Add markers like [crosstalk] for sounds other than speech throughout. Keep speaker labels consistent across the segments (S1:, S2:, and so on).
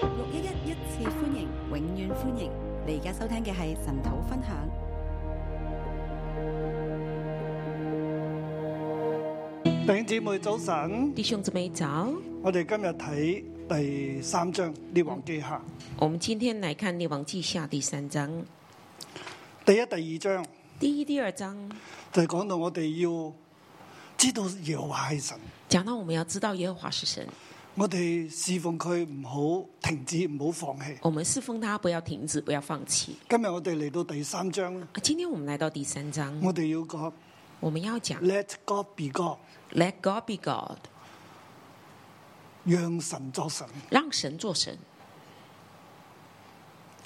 S1: 一次歡迎，永遠歡迎！你而家收聽嘅係神土分享。
S2: 弟兄姊妹早晨，
S3: 弟兄姊妹早，
S2: 我哋今日睇第三章《列王記下
S3: 我们今天来看《列王记下》第三章，》
S2: 第一、第二章，
S3: 第一、第二章
S2: 就係講到我哋要知道耶和華係神，
S3: 讲到我们要知道耶和华是神，
S2: 我哋侍奉佢唔好停止，唔好放棄。
S3: 我们侍奉他，不要停止，不要放弃。
S2: 今日我哋嚟到第三章咧，
S3: 啊今天我们来到第三章，
S2: 我哋要講
S3: 我们要讲
S2: Let God be God，
S3: Let God be God，
S2: 讓神作神。
S3: 让神做神。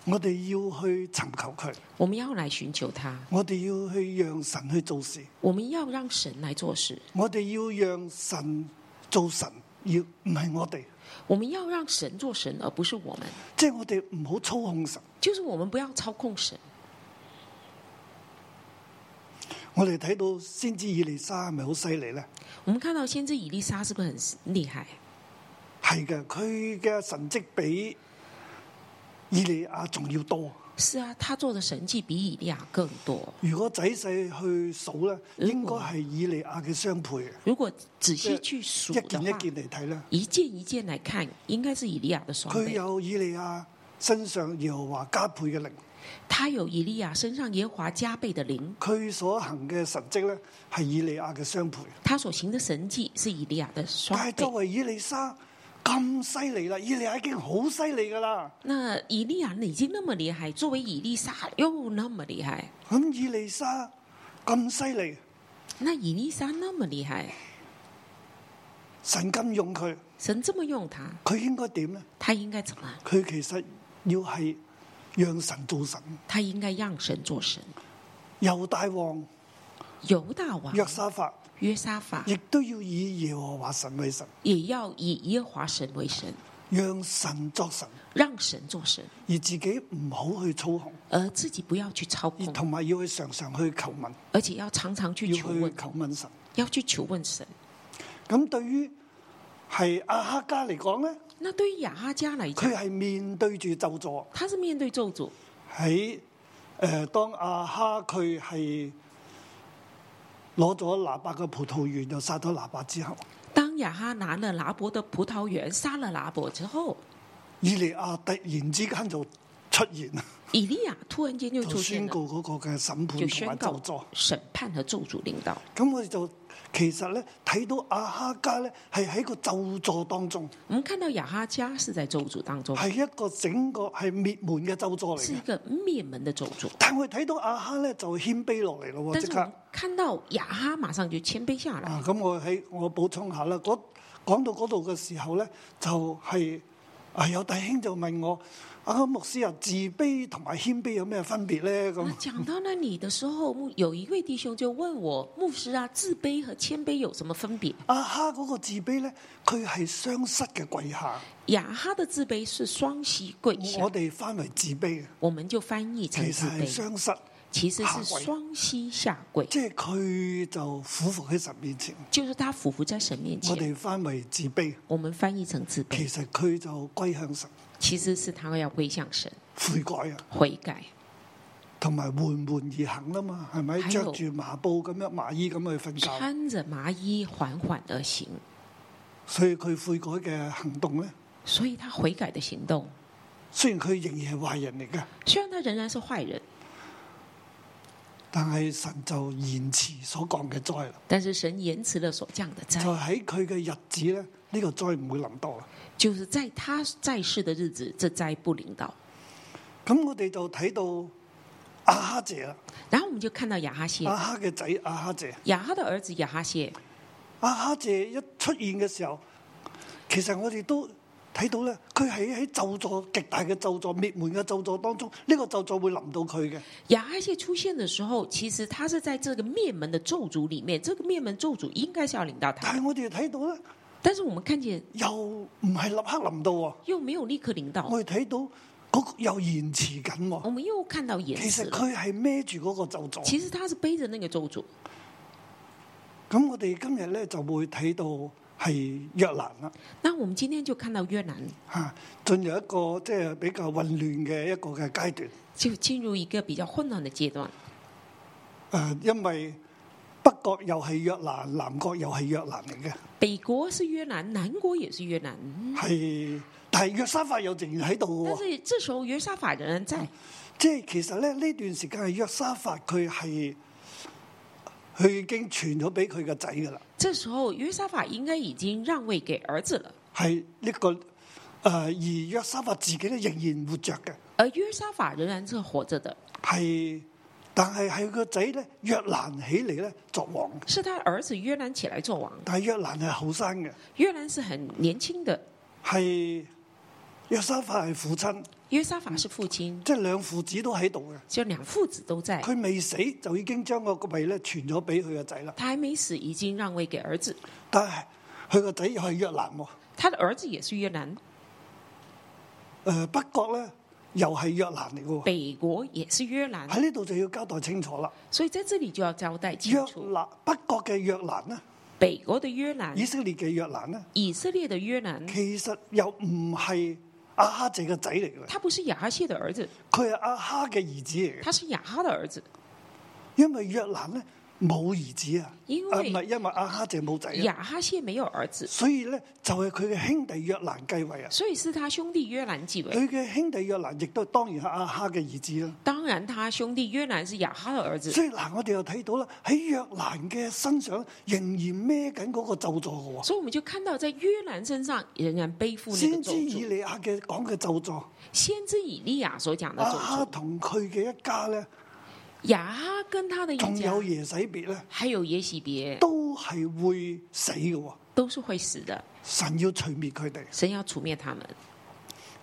S2: 我哋要去尋求佢，
S3: 我们要来寻求他，
S2: 我哋要去讓神去做事，
S3: 我们要让神来做事，
S2: 我哋要讓神做神，要唔係我哋，
S3: 我们要让神做神，而不是我们。
S2: 即係我哋唔好操控神。
S3: 就是我们不要操控神。
S2: 我哋睇到先知以利沙係咪好犀利呢？
S3: 我们看到先知以利沙是不是很厉害？
S2: 係嘅，佢嘅神蹟比以利亞仲要多。
S3: 是啊，他做的神迹比以利亚更多。
S2: 如果仔細去數咧，
S3: 嗯
S2: 應該係以利亞嘅雙倍嘅，
S3: 如果仔
S2: 即
S3: 细
S2: 係
S3: 去数
S2: 一
S3: 的
S2: 件
S3: 话，
S2: 一件嚟睇咧，
S3: 一件一件来看，应该是以利亚的双
S2: 佢
S3: 倍。
S2: 有以啊利亞身上耶和華加倍嘅靈，
S3: 他有以利亚身上耶和华加倍的灵，
S2: 佢所行嘅神蹟咧係以利亞嘅雙倍。
S3: 他所行的神迹是以利亚的
S2: 但
S3: 双
S2: 係
S3: 倍
S2: 作。為以利沙咁犀利啦，以利亞已經好犀利噶啦。
S3: 那以利亚已经那么厉害，作为以利沙又那么厉害，
S2: 咁以利沙咁犀利，
S3: 那以利沙那么厉害，
S2: 神咁用佢，
S3: 神这么用他，
S2: 佢應該點咧？
S3: 他应该怎么？
S2: 佢其實要係讓神做神。
S3: 他应该让神做神。
S2: 猶大王
S3: 犹大王
S2: 約沙法
S3: 约沙法
S2: 亦都要以耶和華神為神，
S3: 也要以耶和华神为神，
S2: 讓神作神，
S3: 让神做神，
S2: 而自己唔好去操控，
S3: 而自己不要去操
S2: 而
S3: 控，
S2: 同埋要去常常去求問，
S3: 而且要常常去
S2: 要
S3: 求问
S2: 去，求問神。
S3: 要去求问神。
S2: 咁對於係阿哈家嚟講咧，
S3: 那对于雅哈家来讲
S2: 佢，係面對住咒詛
S3: 他是面对咒诅。
S2: 喺誒當阿哈佢係攞咗拿伯嘅葡萄園又殺咗拿伯之後，
S3: 当雅哈拿了拿伯的葡萄园，杀了拿伯之后，
S2: 以利亞突然之間就出現
S3: 以利亚突然间就
S2: 就
S3: 出现
S2: 宣
S3: 了，
S2: 告嗰個嘅審判
S3: 就
S2: 同
S3: 宣
S2: 埋
S3: 告
S2: 咒詛。
S3: 审判和咒诅领导。
S2: 咁我哋就其實咧睇到阿哈家咧係喺個咒詛當中，
S3: 我们看到雅哈家是在咒詛当中，
S2: 係一個整個係滅門嘅咒詛嚟
S3: 是一
S2: 嘅。
S3: 个灭门的咒诅。
S2: 但我哋睇到阿哈咧就謙卑落嚟咯喎，
S3: 但
S2: 即
S3: 是我
S2: 刻
S3: 们看到雅哈马上就谦卑下来。
S2: 啊！咁我喺我補充下啦，嗰講到嗰度嘅時候咧，就係、啊有弟兄就問我：啊牧師啊，自卑同埋謙卑有咩分別咧？咁
S3: 那讲到那里的时候，牧有一位弟兄就问我：牧师啊，自卑和谦卑有什么分别？
S2: 阿哈嗰個自卑咧，佢係雙膝嘅跪下，
S3: 雅哈的自卑是双膝跪下
S2: 我，哋翻為自卑嘅，
S3: 我们就翻译成
S2: 其
S3: 自
S2: 實係
S3: 卑，
S2: 雙膝。
S3: 其实
S2: 下
S3: 是
S2: 跪
S3: 双膝下跪。
S2: 即係佢就俯伏喺神面前，
S3: 就是他俯伏在神面
S2: 我
S3: 前，
S2: 哋翻為自卑。
S3: 我们翻译成自
S2: 其
S3: 卑，
S2: 實佢就歸向神
S3: 其實是他要归向神
S2: 悔改啊，
S3: 悔改，
S2: 同埋緩緩而行啦嘛，係咪？
S3: 係
S2: 着
S3: 喎啊
S2: 住麻布咁樣麻衣咁去瞓覺，
S3: 穿着麻衣缓缓而行。
S2: 所以佢悔改嘅行動咧，
S3: 所以他悔改的行動，
S2: 雖然佢仍然係壞人嚟嘅，
S3: 雖然他仍然是坏人，
S2: 但係神就延遲所降嘅災啦，
S3: 但是神延遲了所降的
S2: 就
S3: 災，
S2: 喺佢嘅日子咧，呢、個災唔會臨到啦。啊
S3: 就是在他在世的日子，这災不臨到。
S2: 咁我哋就睇到阿哈謝啦，
S3: 然后我们就看到亞哈谢
S2: 阿，哈嘅仔阿哈謝。
S3: 亞哈的兒子亞哈谢，
S2: 阿哈謝一出現嘅時候，其實我哋都睇到咧，佢係喺咒詛極大嘅咒詛、滅門嘅咒詛當中，呢、個咒詛會臨到佢嘅。
S3: 亞哈谢出現的時候，其實他是在這個滅門的咒诅裡面，這個滅門咒诅應該是要臨到
S2: 但
S3: 他，
S2: 係我哋睇到咧，
S3: 但是我們看見
S2: 又唔係立刻臨到喎，
S3: 又沒有立刻臨到，
S2: 我哋睇到嗰個又延遲緊喎。
S3: 我們又看到哦延
S2: 其
S3: 遲
S2: 實
S3: 了。
S2: 佢係孭住嗰個咒詛。
S3: 其實他是背着那個咒詛，
S2: 咁我哋今日咧就會睇到係約蘭啦，
S3: 那我们今天就看到越南
S2: 嚇進入一個即係比較混亂嘅一個嘅階段。
S3: 就进入一个比较混乱的阶段，
S2: 誒、呃因為北國又係約蘭，南國又係約蘭嚟嘅，
S3: 北國是越南，南國也是越南，
S2: 係但係約沙法又仍然喺度
S3: 嗯但
S2: 喎。
S3: 是这时候约沙法仍然
S2: 嗯
S3: 在，
S2: 即係其實咧呢段時間係約沙法佢係佢已經傳咗俾佢個仔噶啦，
S3: 这时候约沙法应该已经让位给儿子了，
S2: 係呢、個誒、而約沙法自己咧仍然活着嘅，
S3: 而约沙法仍然是活着的，
S2: 係但係係佢個仔咧約蘭起嚟咧作王，
S3: 是他儿子约兰起来做王。
S2: 但係約蘭係後生嘅，
S3: 约兰是很年轻的，
S2: 係約沙法係父親，
S3: 约沙法是父亲，
S2: 即係兩父子都喺度嘅。
S3: 就两父子都在。
S2: 佢未死就已經將個位咧傳咗俾佢個仔啦，
S3: 他还没死，已经让位给儿子。
S2: 但係佢個仔又係約蘭喎，
S3: 他的儿子也是越南，
S2: 誒呃北國咧又係約蘭嚟嘅喎。
S3: 北国也是越南，
S2: 喺呢度就要交代清楚啦。
S3: 所以在这里就要交代
S2: 約
S3: 清楚：嗯
S2: 蘭北國嘅約蘭呢，
S3: 北国的越南
S2: 以、色列嘅約蘭呢，
S3: 以色列的越南，
S2: 其實又唔係阿哈謝嘅仔嚟嘅，
S3: 他不是亚哈谢的儿子，
S2: 佢係阿哈嘅兒子嚟嘅。
S3: 他是亚哈的儿子。
S2: 因為約蘭呢冇兒子啊，
S3: 因為
S2: 啊唔係因為阿哈謝冇仔啊，
S3: 亚哈谢没有儿子，
S2: 所以咧就係佢嘅兄弟約蘭繼位啊。
S3: 所以是他兄弟约兰继位。
S2: 佢嘅兄弟約蘭亦都當然係阿哈嘅兒子啦。
S3: 当然，他兄弟约兰是亚哈的儿子，
S2: 所以嗱，我哋又睇到啦，喺約蘭嘅身上仍然孭緊嗰個咒詛嘅
S3: 所以我们就看到在约兰身上仍然背负
S2: 喎，
S3: 那
S2: 先
S3: 个咒
S2: 知以
S3: 诅。
S2: 利亞嘅講嘅咒詛。
S3: 先知以利亚所讲的
S2: 阿
S3: 咒
S2: 哈
S3: 诅，
S2: 同佢嘅一家咧，
S3: 亚哈跟他的一
S2: 仲
S3: 家
S2: 有耶洗別咧，
S3: 还有耶洗别
S2: 都係會死嘅喎。
S3: 都是会死的，
S2: 神要除滅佢哋。
S3: 神要除灭他们。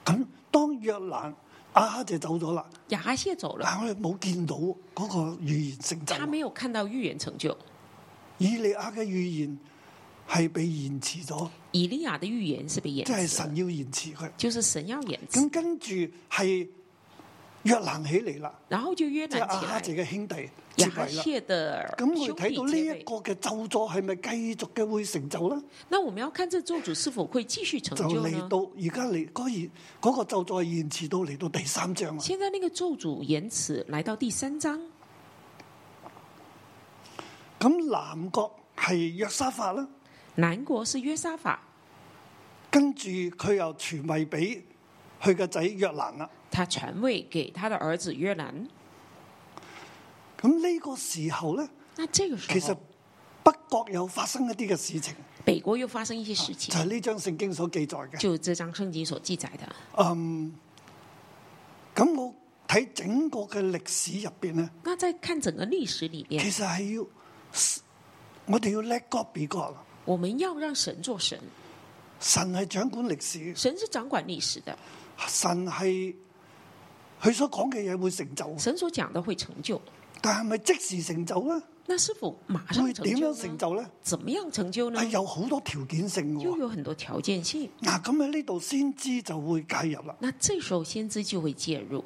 S2: 咁當約蘭阿哈就走咗啦，
S3: 亚哈谢走了，
S2: 但我哋冇見到嗰個預言成就
S3: 他。没有看到预言成就，
S2: 以利亞嘅預言係被延遲咗，
S3: 以利亚的预言是被延
S2: 即係
S3: 迟
S2: 神
S3: 的，
S2: 要延遲佢。
S3: 就是神要延迟
S2: 咁。跟住係約蘭起嚟啦，
S3: 然后就约
S2: 即係
S3: 拿
S2: 阿
S3: 起
S2: 哈
S3: 来，
S2: 謝嘅兄弟接
S3: 亚哈
S2: 位啦。
S3: 谢的
S2: 咁我哋
S3: 兄
S2: 睇到
S3: 弟
S2: 呢
S3: 接
S2: 一
S3: 位。
S2: 個嘅咒詛係咪繼續嘅會成就咧？
S3: 那我们要看这咒主是否会继续成
S2: 就
S3: 就
S2: 嚟
S3: 呢？
S2: 到而家嚟嗰延嗰個咒詛係延遲到嚟到第三章啊！
S3: 现在那个咒主延迟来到第三章，
S2: 咁南國係約沙法啦，
S3: 南国是约沙法，
S2: 跟住佢又傳位俾佢嘅仔約蘭啦。
S3: 他传位给他的儿子约兰。
S2: 咁呢個時候咧，
S3: 那这个时候，
S2: 其實北國有發生一啲嘅事情，
S3: 北国又发生一些事
S2: 就
S3: 情，
S2: 係呢章聖經所記載嘅。
S3: 就这张圣经所记载的。
S2: 嗯，咁我睇整個嘅歷史入邊咧，
S3: 那在看整个历史里
S2: 其
S3: 面，
S2: 實係要我哋要 let God be God，
S3: 我们要让神做神，
S2: 神係掌管歷史嘅。
S3: 神是掌管历史的，
S2: 神係佢所講嘅嘢會成就，
S3: 神所讲的会成就。
S2: 但係咪即時成就咧？
S3: 那是否马上
S2: 會
S3: 成
S2: 點
S3: 就
S2: 樣成
S3: 呢？嗯
S2: 就哎咧？
S3: 怎么样成就呢
S2: 係？有好多條件性嘅
S3: 又
S2: 喎。
S3: 有很多条件性。
S2: 嗱，咁喺呢度先知就會介入啦。
S3: 那这时候先知就会介入，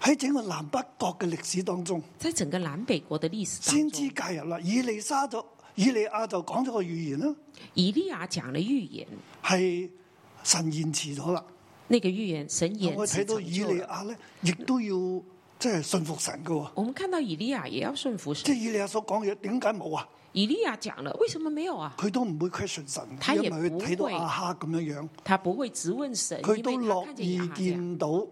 S2: 喺整個南北國嘅歷史當中，
S3: 在整个南北国的历史
S2: 先
S3: 当
S2: 知
S3: 中，
S2: 介入啦。以利沙就以利亞就講咗個預言啦，
S3: 以利亚讲了预言，
S2: 係神延遲咗啦。
S3: 那个预言神延
S2: 我
S3: 迟
S2: 睇到
S3: 成
S2: 以
S3: 就
S2: 利
S3: 了。
S2: 亞咧，亦都要即係信服神嘅喎。
S3: 我们看到以利亚也要顺服
S2: 即係
S3: 神，
S2: 以利亞所講嘅嘢，點解冇啊？
S3: 以利亚讲了，为什么没有啊？
S2: 佢都唔會 question 神，
S3: 他
S2: 因
S3: 也
S2: 為佢睇到
S3: 不會
S2: 亞哈咁樣樣。
S3: 他不会质问神，
S2: 佢
S3: 因
S2: 都
S3: 为他
S2: 樂
S3: 看见
S2: 意
S3: 亚哈啊这样，
S2: 見到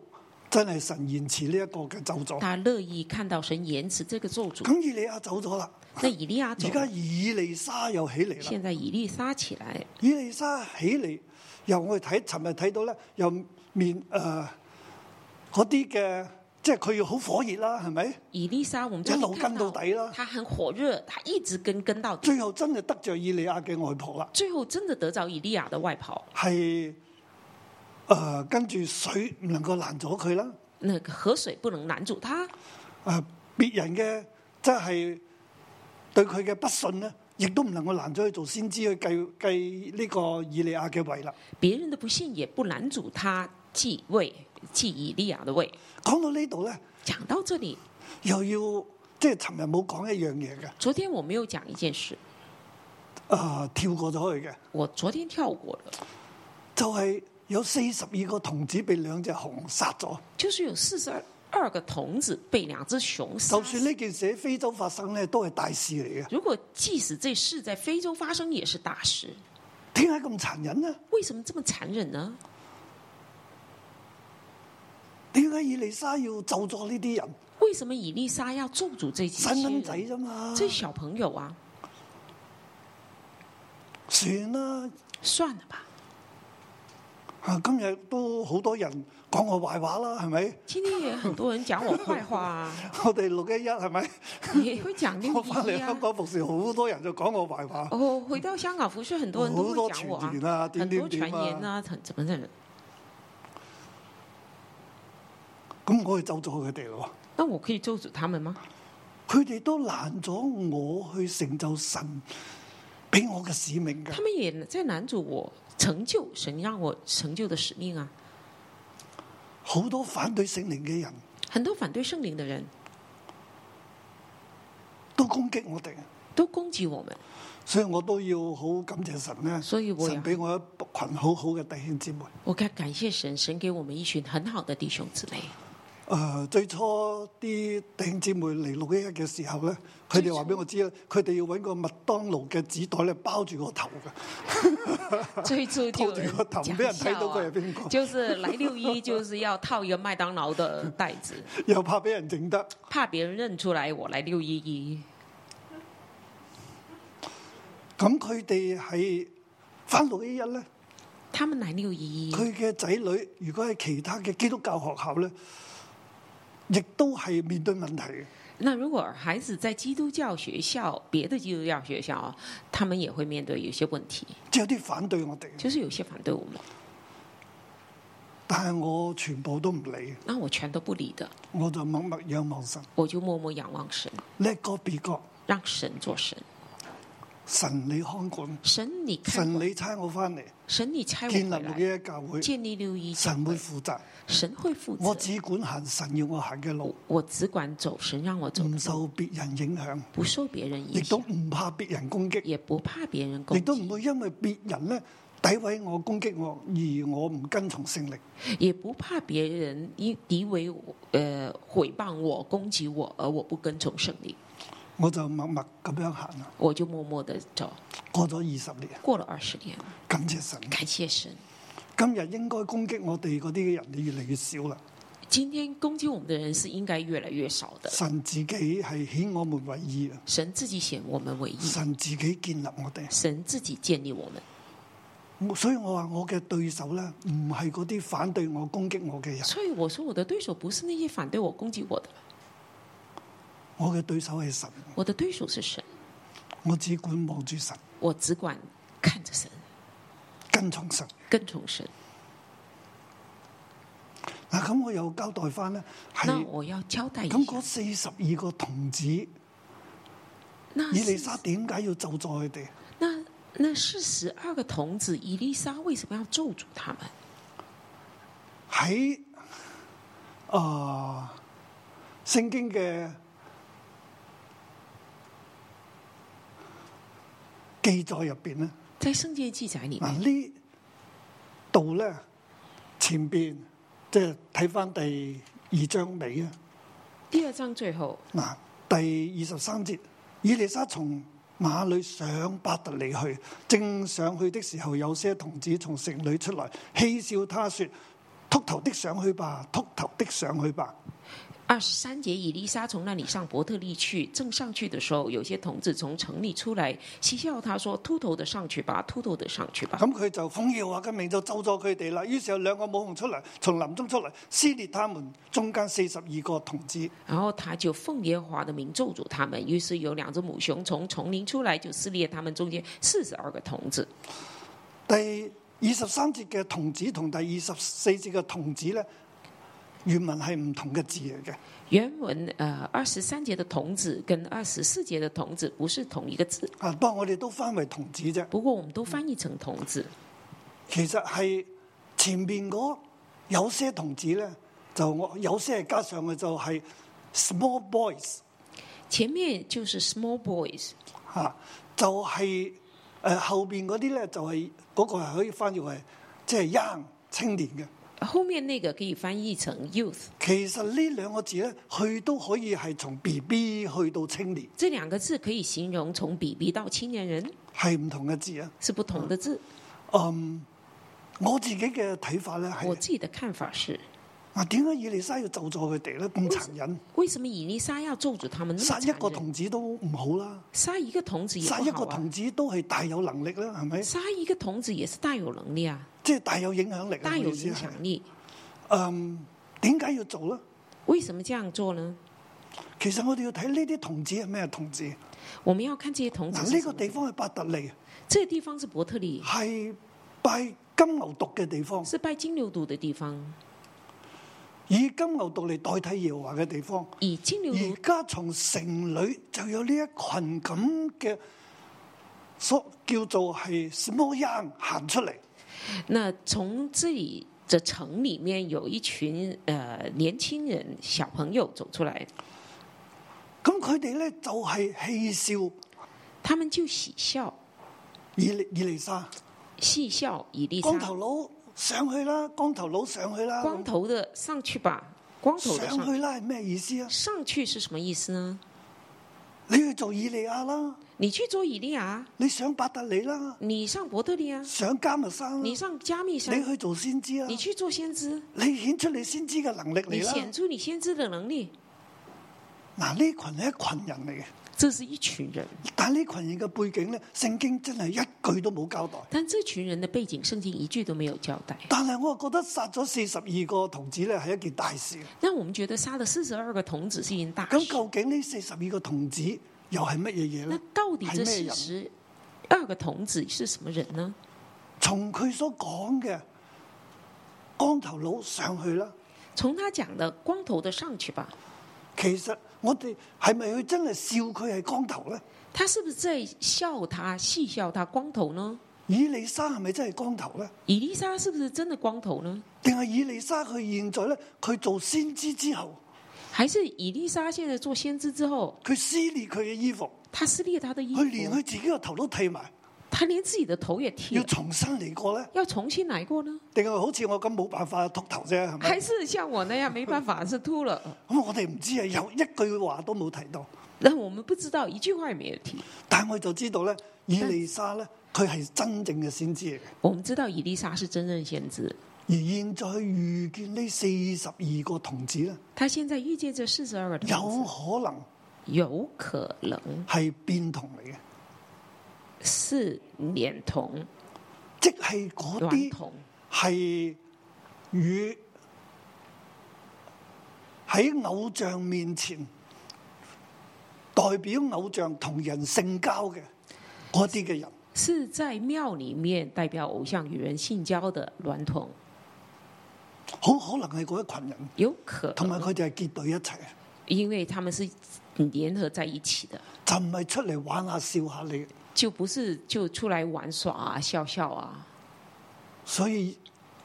S2: 真係神延遲呢一個嘅走咗。
S3: 他乐意看到神延迟这个咒诅。
S2: 咁以利亞走咗啦，
S3: 那以利亚走
S2: 而
S3: 了
S2: 家以利沙又起嚟啦。
S3: 现在以利沙起来，
S2: 以利沙起嚟，又我哋睇尋日睇到咧，又面誒嗰啲嘅，即係佢要好火熱啦，係咪？
S3: 以利沙我们就
S2: 一路跟
S3: 看
S2: 到底啦
S3: 他很火热，他一直跟跟到底，
S2: 最後真係得着以利亞嘅外婆啦，
S3: 最后真的得着以利亚的外袍，
S2: 係誒、呃跟住水唔能夠攔咗佢啦，
S3: 那个河水不能拦住他，
S2: 誒、啊別人嘅即係對佢嘅不信咧，亦都唔能夠攔咗佢做先知去計計呢個以利亞嘅位啦。
S3: 别人的不信也不拦阻他继位，继以利亚的位。
S2: 講到呢度咧，
S3: 讲到这里，
S2: 又要即係尋日冇講一樣嘢嘅，
S3: 昨天我没有讲一件事，
S2: 啊跳過咗去嘅，
S3: 我昨天跳过了，
S2: 就係、有四十二個童子被兩隻熊殺咗。
S3: 就是有四十二个童子被两只熊杀
S2: 就算
S3: 死。
S2: 呢件事喺非洲發生咧，都係大事嚟嘅。
S3: 如果即使这事在非洲发生，也是大事。
S2: 點解咁殘忍呢？
S3: 为什么这么残忍呢？
S2: 點解以利沙要咒咗呢啲人？
S3: 为什么以丽莎要咒诅这几些
S2: 細蚊仔啊
S3: 人？
S2: 啫嘛，
S3: 这小朋友啊，
S2: 算啦。
S3: 算了吧，
S2: 啊，今日都好多人講我壞話啦，係咪？ [laughs]
S3: 今天也很多人讲我坏话啊，
S2: 我哋六一一係咪？
S3: 也会讲六
S2: 我翻
S3: 一
S2: 嚟
S3: 一啊
S2: 香。港服侍，好多人就講我壞話。
S3: 哦，回到香港服饰，很多人都
S2: 好多
S3: 会讲我
S2: 傳言啊
S3: 很
S2: 點
S3: 多
S2: 點
S3: 传
S2: 點啊
S3: 言啊，很怎么怎么。
S2: 咁我去咒咗佢哋咯。
S3: 那我可以咒诅他们
S2: [laughs]
S3: 吗？
S2: 佢哋都攔咗我去成就神俾我嘅使命嘅
S3: 他。们也在拦阻我成就神让我成就的使命啊！
S2: 好多反對聖靈嘅人
S3: 很多反对圣灵的人
S2: 都攻擊我哋，
S3: 都攻击我们，
S2: 所以我都要好感謝神咧。
S3: 所以我也
S2: 神俾我一群好好嘅弟兄姊妹。
S3: 我该感谢神，神给我们一群很好的弟兄姊妹。
S2: 誒、呃最初啲弟兄姊妹嚟六一一嘅時候咧，佢哋話俾我知咧，佢哋要揾個麥當勞嘅紙袋咧包住個頭
S3: [laughs]
S2: 嘅， [laughs]
S3: 最初就
S2: 套
S3: 有
S2: 住個頭，
S3: 讲
S2: 俾人睇
S3: 笑
S2: 到
S3: 啊
S2: 佢係邊個，
S3: 就是来六一就是要套一个麦当劳的袋子，
S2: 又怕俾人整得。
S3: 怕别人认出来我来六一一。
S2: 咁佢哋係翻六一一咧，
S3: 他们来六一一，
S2: 佢嘅仔女如果係其他嘅基督教學校咧，亦都係面對問題嘅。
S3: 那如果孩子在基督教学校、别的基督教学校啊，他们也会面对有些问题，
S2: 即係有啲反對我哋，
S3: 就是有些反对我们，
S2: 但係我全部都唔理，
S3: 那我全都不理的，
S2: 我就默默仰望神
S3: 我就默默仰望神，
S2: ，Let God be God，
S3: 让神做神，
S2: 神你看管，
S3: 神你看
S2: 神
S3: 管，
S2: 你差我翻嚟。
S3: 神你差我
S2: 建立
S3: 回
S2: 六
S3: 来，
S2: 一一教會，
S3: 建立六一教
S2: 神會
S3: 会，
S2: 負責。
S3: 神会负
S2: 我
S3: 责，
S2: 只管行神要我行嘅
S3: 我
S2: 路，
S3: 我只管走神让我走的
S2: 唔
S3: 路，
S2: 受別人影響，
S3: 不受别人
S2: 亦
S3: 影
S2: 都
S3: 响，
S2: 唔怕別人攻擊，
S3: 也不怕别人
S2: 亦
S3: 攻
S2: 都唔
S3: 击，
S2: 會因為別人咧诋毀我、攻擊我，而我唔跟從聖靈。
S3: 也不怕别人因诋毁我、呃毁谤我、攻击我，而我不跟从圣灵，
S2: 我就默默咁樣行啦。
S3: 我就默默的走。
S2: 過咗二十年，
S3: 过了二十年，
S2: 感謝神。
S3: 感谢神，
S2: 今日應該攻擊我哋嗰啲人越嚟越少啦。
S3: 今天攻击我们的人是应该越来越少的。
S2: 神自己係顯我們為義啊！
S3: 神自己显我们为义，
S2: 神自己建立我哋，
S3: 神自己建立我们。
S2: 所以我話我嘅對手咧，唔係嗰啲反對我、攻擊我嘅人。
S3: 所以我说，我的对手不是那些反对我、攻击我的，
S2: 我嘅對手係神，
S3: 我的对手是神。
S2: 我只管望住神，
S3: 我只管看着神，
S2: 跟從神。
S3: 跟從神。
S2: 嗱，啊咁我又交代翻咧，
S3: 那
S2: 係
S3: 我要交代一
S2: 咁嗰
S3: 下，
S2: 四十二個童子，以
S3: 那
S2: 利
S3: 是
S2: 沙點解要咒詛佢哋？
S3: 那那四十二个童子，以利沙为什么要咒诅他们？
S2: 喺啊聖經嘅記載入邊咧，
S3: 在圣经记载里
S2: 嗱
S3: 面，
S2: 呢度咧前邊即係睇翻第二章尾啊。
S3: 第二章最后，
S2: 嗱，第二十三節，以利沙從馬裏上伯特利去，正上去的時候，有些童子從城裏出來，嬉笑他說：秃頭的上去吧，秃頭的上去吧。
S3: 二十三节，以利沙从那里上伯特利去，正上去的时候，有些童子从城里出来，嬉笑他说：“秃头的上去吧，秃头的上去吧。
S2: 咁佢就奉耀啊，嘅名就咒咗佢哋啦。於是有兩個母熊出嚟，從林中出嚟，撕裂他們中間四十二個童子。”
S3: 然后他就奉耶和华的名咒诅他们。于是有两只母熊从丛林出来，就撕裂他们中间四十二个童子。
S2: 第二十三節嘅童子同第二十四節嘅童子咧，原文係唔同嘅字嚟嘅。
S3: 原文呃二十三节的童子跟二十四节的童子不是同一个字，
S2: 啊，不過我哋都翻為童子啫。
S3: 不过我们都翻译成童子。
S2: 其實係前面嗰有些童子咧，就我有些係加上嘅就係 small boys
S3: 前面就是 small boys，
S2: 嚇、就係、誒、誒後邊嗰啲咧就係、嗰、個係可以翻譯為即係 young 青年嘅。
S3: 后面那个可以翻译成 youth，
S2: 其實呢兩個字咧，佢都可以係從 B B 去到青年，
S3: 这两个字可以形容从 BB 到青年人
S2: 係唔同嘅字啊。嗯
S3: 是不同的字。
S2: 我自己嘅睇法咧係
S3: 我自己的看法是，
S2: 啊，點解以利沙要咒助佢哋咧？咁殘忍，
S3: 为什么以利沙要咒诅他们那
S2: 殺
S3: 么
S2: 一
S3: 残
S2: 個
S3: 忍？
S2: 童子都唔好啦，
S3: 杀一个童子也
S2: 殺一個
S3: 不好啊
S2: 童，子都係大有能力啦，係咪？
S3: 杀一个童子也是大有能力啊，
S2: 即係大有影響力啊。
S3: 大有
S2: 我意思
S3: 影
S2: 係
S3: 响力。
S2: 啊嗯，點解要做咧？
S3: 为什么这样做呢？
S2: 其實我哋要睇呢啲童子係咩童子。
S3: 我们要看这些童子
S2: 嗱，
S3: 是
S2: 呢
S3: 什
S2: 個
S3: 么
S2: 地方係伯特利，
S3: 这个地方是伯特利，
S2: 係拜金牛犢嘅地方，
S3: 是拜金牛犊的地方，
S2: 以金牛犢嚟代替耶和華嘅地方。
S3: 以金牛犊
S2: 而家從城裏就有呢一群咁嘅，所叫做係 small young 行出嚟，
S3: 那从这里的城里面有一群呃年轻人小朋友走出来，
S2: 咁佢哋咧就係戲笑
S3: 他们就喜笑
S2: 以利以利沙，
S3: 戏笑以利
S2: 光頭
S3: 沙，
S2: 佬上去啦，光頭佬上去啦，
S3: 光头的上去吧，光头的
S2: 上
S3: 上
S2: 去啦係咩意思啊？
S3: 上去是什么意思呢？
S2: 你去做以利亞啦，
S3: 你去做以利亚，
S2: 你上伯特利啦，
S3: 你上伯特利啊，
S2: 上加密山啦，
S3: 你
S2: 嗯你
S3: 上加密山，
S2: 去做先知啊
S3: 你，去做先知，
S2: 你顯出你先知嘅能力
S3: 你
S2: 嚟
S3: 显
S2: 啦。
S3: 出你先知的能力。
S2: 嗱，呢群係一群人嚟嘅，
S3: 这是一群人，
S2: 但係呢群人嘅背景咧，聖經真係一句都冇交代。
S3: 但这群人的背景圣经一句都没有交代。
S2: 但係我又覺得殺咗四十二個童子咧係一件大事。
S3: 让我们觉得杀了四十二个童子是一件大
S2: 咁
S3: 事。
S2: 究竟呢四十二個童子又係乜嘢嘢
S3: 那
S2: 咧？
S3: 到底
S2: 係咩
S3: 这四
S2: 人
S3: 十二个童子是什么人呢？
S2: 從佢所講嘅光頭佬上去啦，
S3: 从他讲的光头的上去吧，
S2: 其實我哋係咪佢真係笑佢係光頭咧？
S3: 他是不是在笑他、戏笑他光头呢？
S2: 以利沙係咪真係光頭咧？
S3: 以丽莎是不是真的光头呢？
S2: 定係以利沙佢現在咧，佢做先知之後，
S3: 还是以丽莎现在做先知之后，
S2: 佢撕裂佢嘅衣服，
S3: 她撕裂她的衣
S2: 佢連佢
S3: 服，
S2: 自己個頭都剃埋，
S3: 她连自己的头也剃
S2: 要
S3: 了，
S2: 重新嚟過咧？
S3: 要重新来过呢？
S2: 定係好似我咁冇辦法秃頭啫？係咪？
S3: 还是像我那样没办法是秃了？ [laughs]
S2: 咁我哋唔知啊，有一句話都冇提到，
S3: 那我们不知道，一句话也没有提。
S2: 但係我就知道咧，以利沙咧，佢係真正嘅先知嚟嘅。
S3: 我们知道以丽莎是真正先知，
S2: 而現在佢遇見呢四十二個童子咧，
S3: 她现在遇见这四十二个
S2: 有
S3: 童子，
S2: 可能
S3: 有可能
S2: 係變童嚟嘅，
S3: 是脸童、
S2: 即係嗰
S3: 娈
S2: 啲
S3: 童，
S2: 係與喺偶像面前代表偶像同人性交嘅嗰啲嘅人，
S3: 是在庙里面代表偶像与人性交的娈童，
S2: 好可能係嗰一群人，
S3: 有可
S2: 同埋
S3: 能，
S2: 佢哋係結隊一齊。
S3: 因为他们是联合在一起的，
S2: 就唔係出嚟玩下笑下你，
S3: 就不是就出来玩耍啊、笑笑啊。
S2: 所以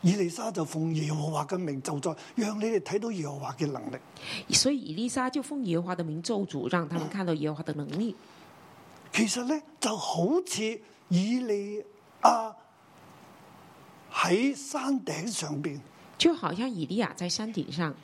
S2: 以利沙就奉耶和華嘅名就在，讓你哋睇到耶和華嘅能力。
S3: 所以以丽莎就奉耶和华的名咒诅，让他们看到耶和华的能力，
S2: 其實咧就好似以利亞喺山頂上邊
S3: 就好像以利亚在山顶上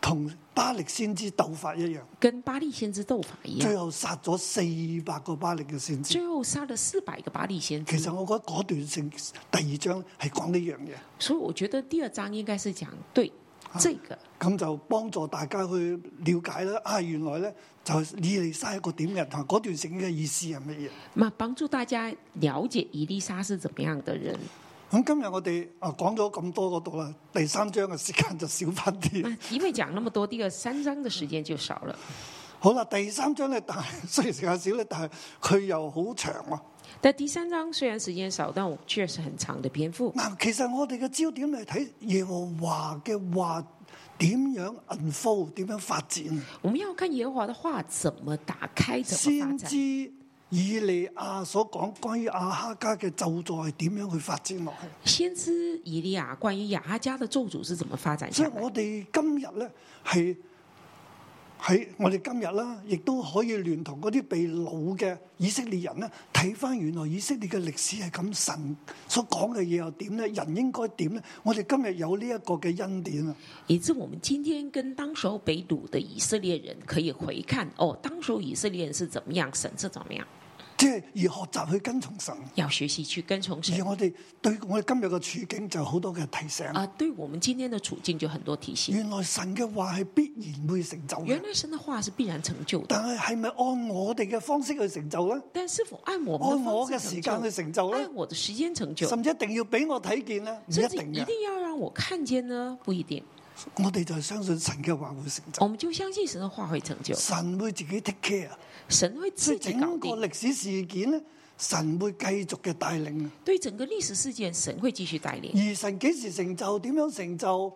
S2: 同巴力先知鬥法一樣，
S3: 跟巴利先知斗法一样
S2: 最，後殺咗四百個巴力嘅先知。
S3: 最后杀了四百个巴利先
S2: 其
S3: 知。
S2: 實我覺得嗰段聖第二章係講呢樣嘢，
S3: 所以我觉得第二章应该是讲对这个。
S2: 咁就幫助大家去了解啦。啊，原來咧就係以利沙係一個點嘅人，同埋嗰段聖經嘅意思係乜嘢？
S3: 那帮助大家了解伊丽莎是怎么样的人。
S2: 咁今日我哋啊講咗咁多嗰度啦，第三章嘅時間就少翻啲。
S3: 那因为讲那么多，第二三章的时间就少了。
S2: 好啦，第三章咧，但係 [laughs] 雖然時間少咧，但係佢又好長喎。
S3: 但第三章虽然时间少，但我确实很长的篇幅。
S2: 嗱，其實我哋嘅焦點係睇耶和華嘅話點樣 unfold，點樣發展。
S3: 我们要看耶和华的话怎么打开，怎么发
S2: 先
S3: 展
S2: 知。以利亞所講關於亞哈家嘅咒詛係點樣去發展落去。
S3: 先知以利亚关于雅哈家的咒诅是怎么发展
S2: 所
S3: 下
S2: 以
S3: 来？
S2: 我哋今日咧係喺我哋今日啦，亦都可以聯同嗰啲被擄嘅以色列人呢，睇翻原來以色列嘅歷史係咁，神所講嘅嘢又點呢？人應該點呢？我哋今日有呢一個嘅恩典啊！
S3: 以致我们今天跟当时候北掳的以色列人可以回看哦，当时候以色列人是怎么样，神是怎么样，
S2: 即係而學習去跟從神，
S3: 要学习去跟从神
S2: 而我哋對我哋今日嘅處境就有好多嘅提醒。
S3: 啊。对我们今天的处境就很多提醒。
S2: 原來神嘅話係必然會成就
S3: 原
S2: 嘅，
S3: 来神的话是必然成就的，
S2: 但係係咪按我哋嘅方式去成就呢？
S3: 但是否按我
S2: 按
S3: 们的
S2: 哦我嘅
S3: 方式
S2: 時
S3: 成
S2: 間
S3: 就
S2: 去？成就呢？
S3: 按我的时间成就，
S2: 甚至一定要俾我睇見呢？唔一
S3: 甚至
S2: 定
S3: 一
S2: 嘅。
S3: 定要让我看见呢？不一定，
S2: 我哋就係相信神嘅話會成就
S3: 我，们就相信神的话会成就，
S2: 神會自己 take care，
S3: 神会
S2: 所以
S3: 自己
S2: 整
S3: 搞
S2: 個
S3: 定。
S2: 歷史事件咧，神會繼續嘅帶領。
S3: 对整个历史事件，神会继续带领。
S2: 而神幾時成就，點樣成就，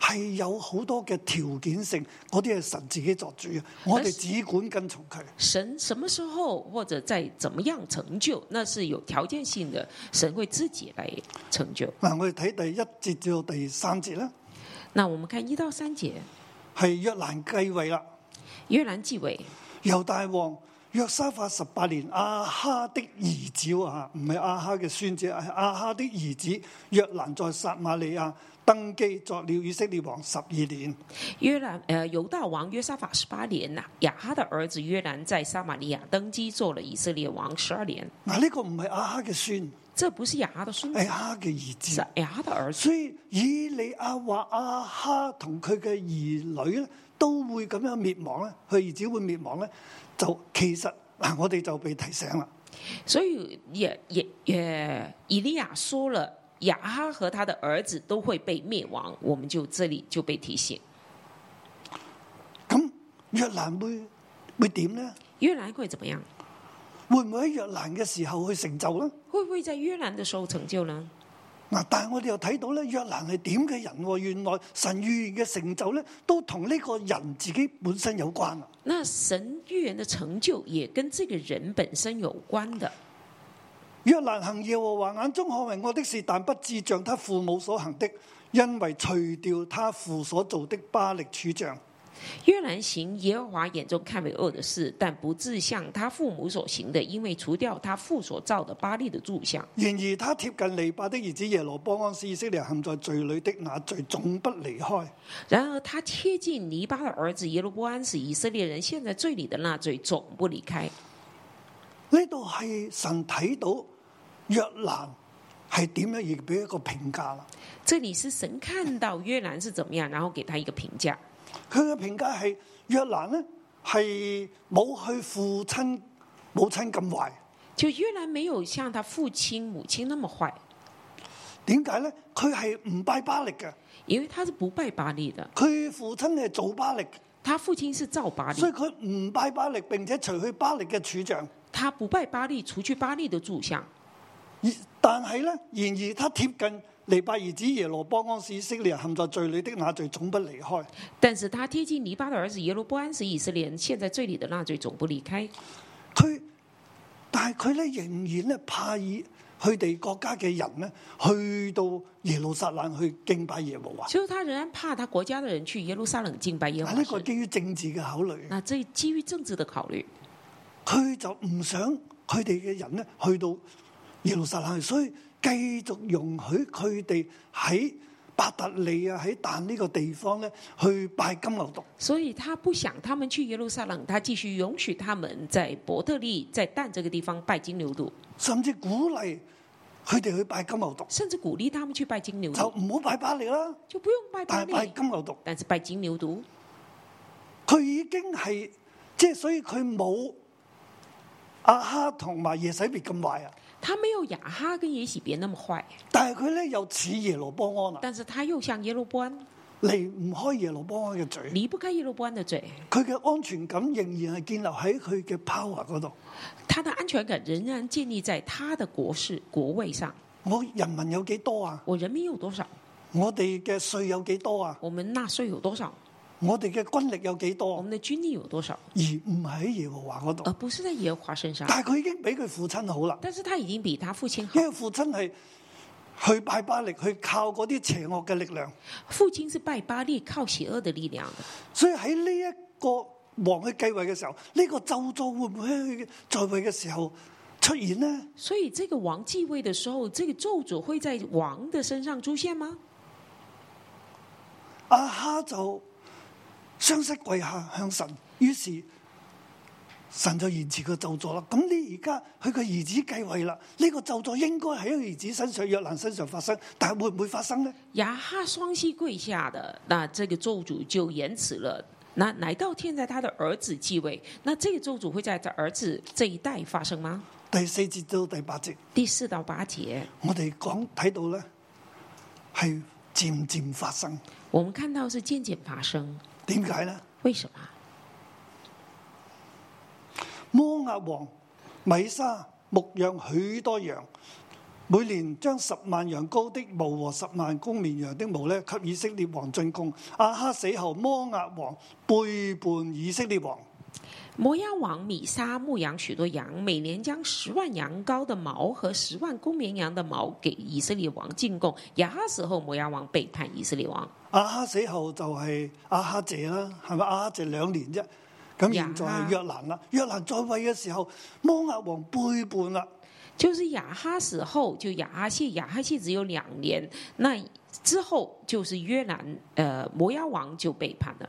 S2: 係有好多嘅條件性，嗰啲係神自己作主嘅，我哋只管跟從佢。
S3: 神什么时候或者在怎么样成就，那是有条件性的，神会自己来成就。
S2: 嗱，我哋睇第一節至到第三節啦，
S3: 那我们看一到三节，
S2: 係約蘭繼位啦，
S3: 约兰继位，
S2: 猶大王。約沙法十八年，阿哈的兒子啊，唔係阿哈嘅孫子，係阿哈的兒子約蘭在撒瑪利亞登基作了以色列王十二年。
S3: 约兰呃犹大王约沙法十八年呐、亚哈的儿子约兰在撒玛利亚登基做了以色列王十二年。
S2: 嗱，呢個唔係阿哈嘅孫，
S3: 这不是亚哈的孙子
S2: 係，阿哈嘅兒
S3: 是
S2: 子。
S3: 亚哈的儿子。
S2: 所以以利亞話阿哈同佢嘅兒女咧，都會咁樣滅亡咧，佢兒子會滅亡咧，就其實嗱，我哋就被提醒啦。
S3: 所以也也也以利亚说了，亚哈和他的儿子都会被灭亡。我们就这里就被提醒，
S2: 咁約蘭會會點咧？
S3: 约兰会怎么样？
S2: 會唔會喺約蘭嘅時候去成就咧？
S3: 会不会在约兰的时候成就呢？
S2: 嗱，但係我哋又睇到咧，約蘭係點嘅人喎？原來神預言嘅成就咧，都同呢個人自己本身有關啊！
S3: 那神预言的成就也跟这个人本身有关的。
S2: 若难行耶和华眼中看为我的事，但不至像他父母所行的，因为除掉他父所做的巴力柱像。
S3: 约兰行耶和华眼中看为恶的事，但不至像他父母所行的，因为除掉他父所造的巴利的柱像。
S2: 然而他贴近利巴的儿子耶罗波安是以色列人陷在罪里的那罪，总不离开。
S3: 然而他贴近尼巴的儿子耶罗波安是以色列人现在罪里的那罪，总不离开。
S2: 呢度系神睇到若兰系点样而俾一个评价啦。
S3: 这里是神看到约兰是怎么样，然后给他一个评价。
S2: 佢嘅评价系若兰呢系冇去父亲母亲咁坏。
S3: 就约兰没有像他父亲母亲那么坏，
S2: 点解呢？佢系唔拜巴力嘅，
S3: 因为他是不拜巴利的，
S2: 佢父亲系做巴力。
S3: 他父亲是造巴利
S2: 所，以佢唔拜巴力，並且除去巴力嘅柱像。
S3: 他不拜巴利，除去巴利的柱像。
S2: 而但係咧，然而他貼近尼拜兒子耶羅波安是以色列人陷在罪裏的那罪，總不離開。
S3: 但是他贴近尼巴的儿子耶罗波安是以色列人，现在罪里的那罪总不离开。
S2: 佢但係佢咧仍然咧怕以佢哋國家嘅人咧去到耶路撒冷去敬拜耶和華。
S3: 所以他仍然怕他国家的人去耶路撒冷敬拜耶和
S2: 嗱，
S3: 华
S2: 啊呢個
S3: 神。
S2: 基於政治嘅考慮，
S3: 那这基于政治的考虑，
S2: 佢就唔想佢哋嘅人咧去到耶路撒冷去，所以繼續容許佢哋喺伯特利啊，喺但呢個地方咧去拜金牛犢。
S3: 所以他不想他们去耶路撒冷，他继续容许他们在伯特利、在但这个地方拜金牛犊，
S2: 甚至鼓勵佢哋去拜金牛犊，
S3: 甚至鼓励他们去拜金牛
S2: 就
S3: 犊，
S2: 唔好拜巴力啦，
S3: 就不用嗯拜巴
S2: 但係拜
S3: 利，
S2: 金牛犊，
S3: 但是拜金牛犊。
S2: 佢已經係即係，所以佢冇阿哈同埋耶洗別咁壞啊，
S3: 他没有雅哈跟耶喜别那么坏，
S2: 但係佢咧又似耶羅波安啊，
S3: 但是他又像耶罗波安，
S2: 離唔開耶羅波安嘅嘴，
S3: 离不开耶罗波安的嘴，
S2: 佢嘅安全感仍然係建立喺佢嘅 power 嗰度。
S3: 他的安全感仍然建立在他的国事国位上。
S2: 我人民有幾多啊？
S3: 我人民有多少，
S2: 我哋嘅税有幾多啊？
S3: 我们纳税有多少，
S2: 我哋嘅軍力有幾
S3: 我
S2: 多？
S3: 们的军力有多少，
S2: 而唔係喺耶和華嗰
S3: 而
S2: 度。
S3: 不是在耶和华身上。
S2: 但係佢已經比佢父親好啦。
S3: 但是他已经比他父亲好
S2: 因，为父亲系去拜巴力，去靠嗰啲邪惡嘅力量，
S3: 父亲是拜巴利靠邪恶的力量的，
S2: 所以喺呢一個王去繼位嘅時候，呢、個咒詛會唔會喺佢在位嘅時候出現呢？
S3: 所以这个王继位的时候，这个咒诅会在王的身上出现吗？
S2: 阿啊哈就雙膝跪下向神，於是神就延遲個咒詛啦。咁你而家佢個兒子繼位啦，呢、個咒詛應該喺佢兒子身上、約蘭身上發生，但係會唔會發生呢？
S3: 亚哈双膝跪下的，那这个咒诅就延迟了。那来到现在他的儿子继位，那这个咒诅会在他儿子这一代发生吗？
S2: 第四節到第八節，
S3: 第四到八节，
S2: 我哋講睇到咧係漸漸發生，
S3: 我们看到是渐渐发生，
S2: 點解呢？
S3: 为什么？
S2: 摩押王米沙牧養許多羊，每年將十萬羊羔的毛和十萬公綿羊的毛咧給以色列王進貢。亞哈死後，摩押王背叛以色列王，
S3: 摩押王米沙牧羊许多羊，每年将十万羊羔的毛和十万公绵羊的毛给以色列王进贡。亚哈死后，摩押王背叛以色列王。
S2: 亞哈死後就係亞哈謝啦，係咪亞哈謝兩年啫？咁現在係約蘭啦，約蘭在位嘅時候，摩押王背叛啦。
S3: 就是亚哈死后，就亚哈谢，亚哈谢只有两年，那之后就是约兰，呃，摩押王就背叛了。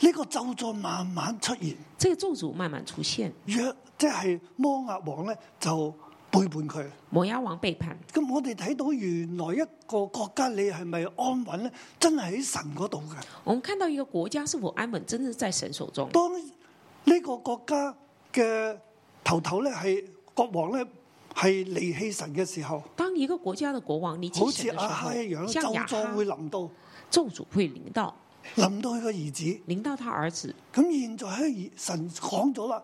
S2: 呢、個咒詛慢慢出現，
S3: 这个咒诅慢慢出现，
S2: 約即係摩押王咧就背叛佢。
S3: 摩押王背叛。
S2: 咁我哋睇到原來一個國家你係咪安穩咧？真係喺神嗰度嘅。
S3: 我们看到一个国家是否安稳，真的是在神手中。
S2: 當呢個國家嘅頭頭咧係國王咧係離棄神嘅時候，
S3: 当一个国家的国王离弃
S2: 好似
S3: 神的
S2: 阿
S3: 时
S2: 哈一樣，
S3: 候，
S2: 咒
S3: 像亚
S2: 詛
S3: 哈
S2: 會臨到，
S3: 咒诅会临到，
S2: 臨到佢個兒子。
S3: 临到他儿子。
S2: 咁現在喺神講咗啦，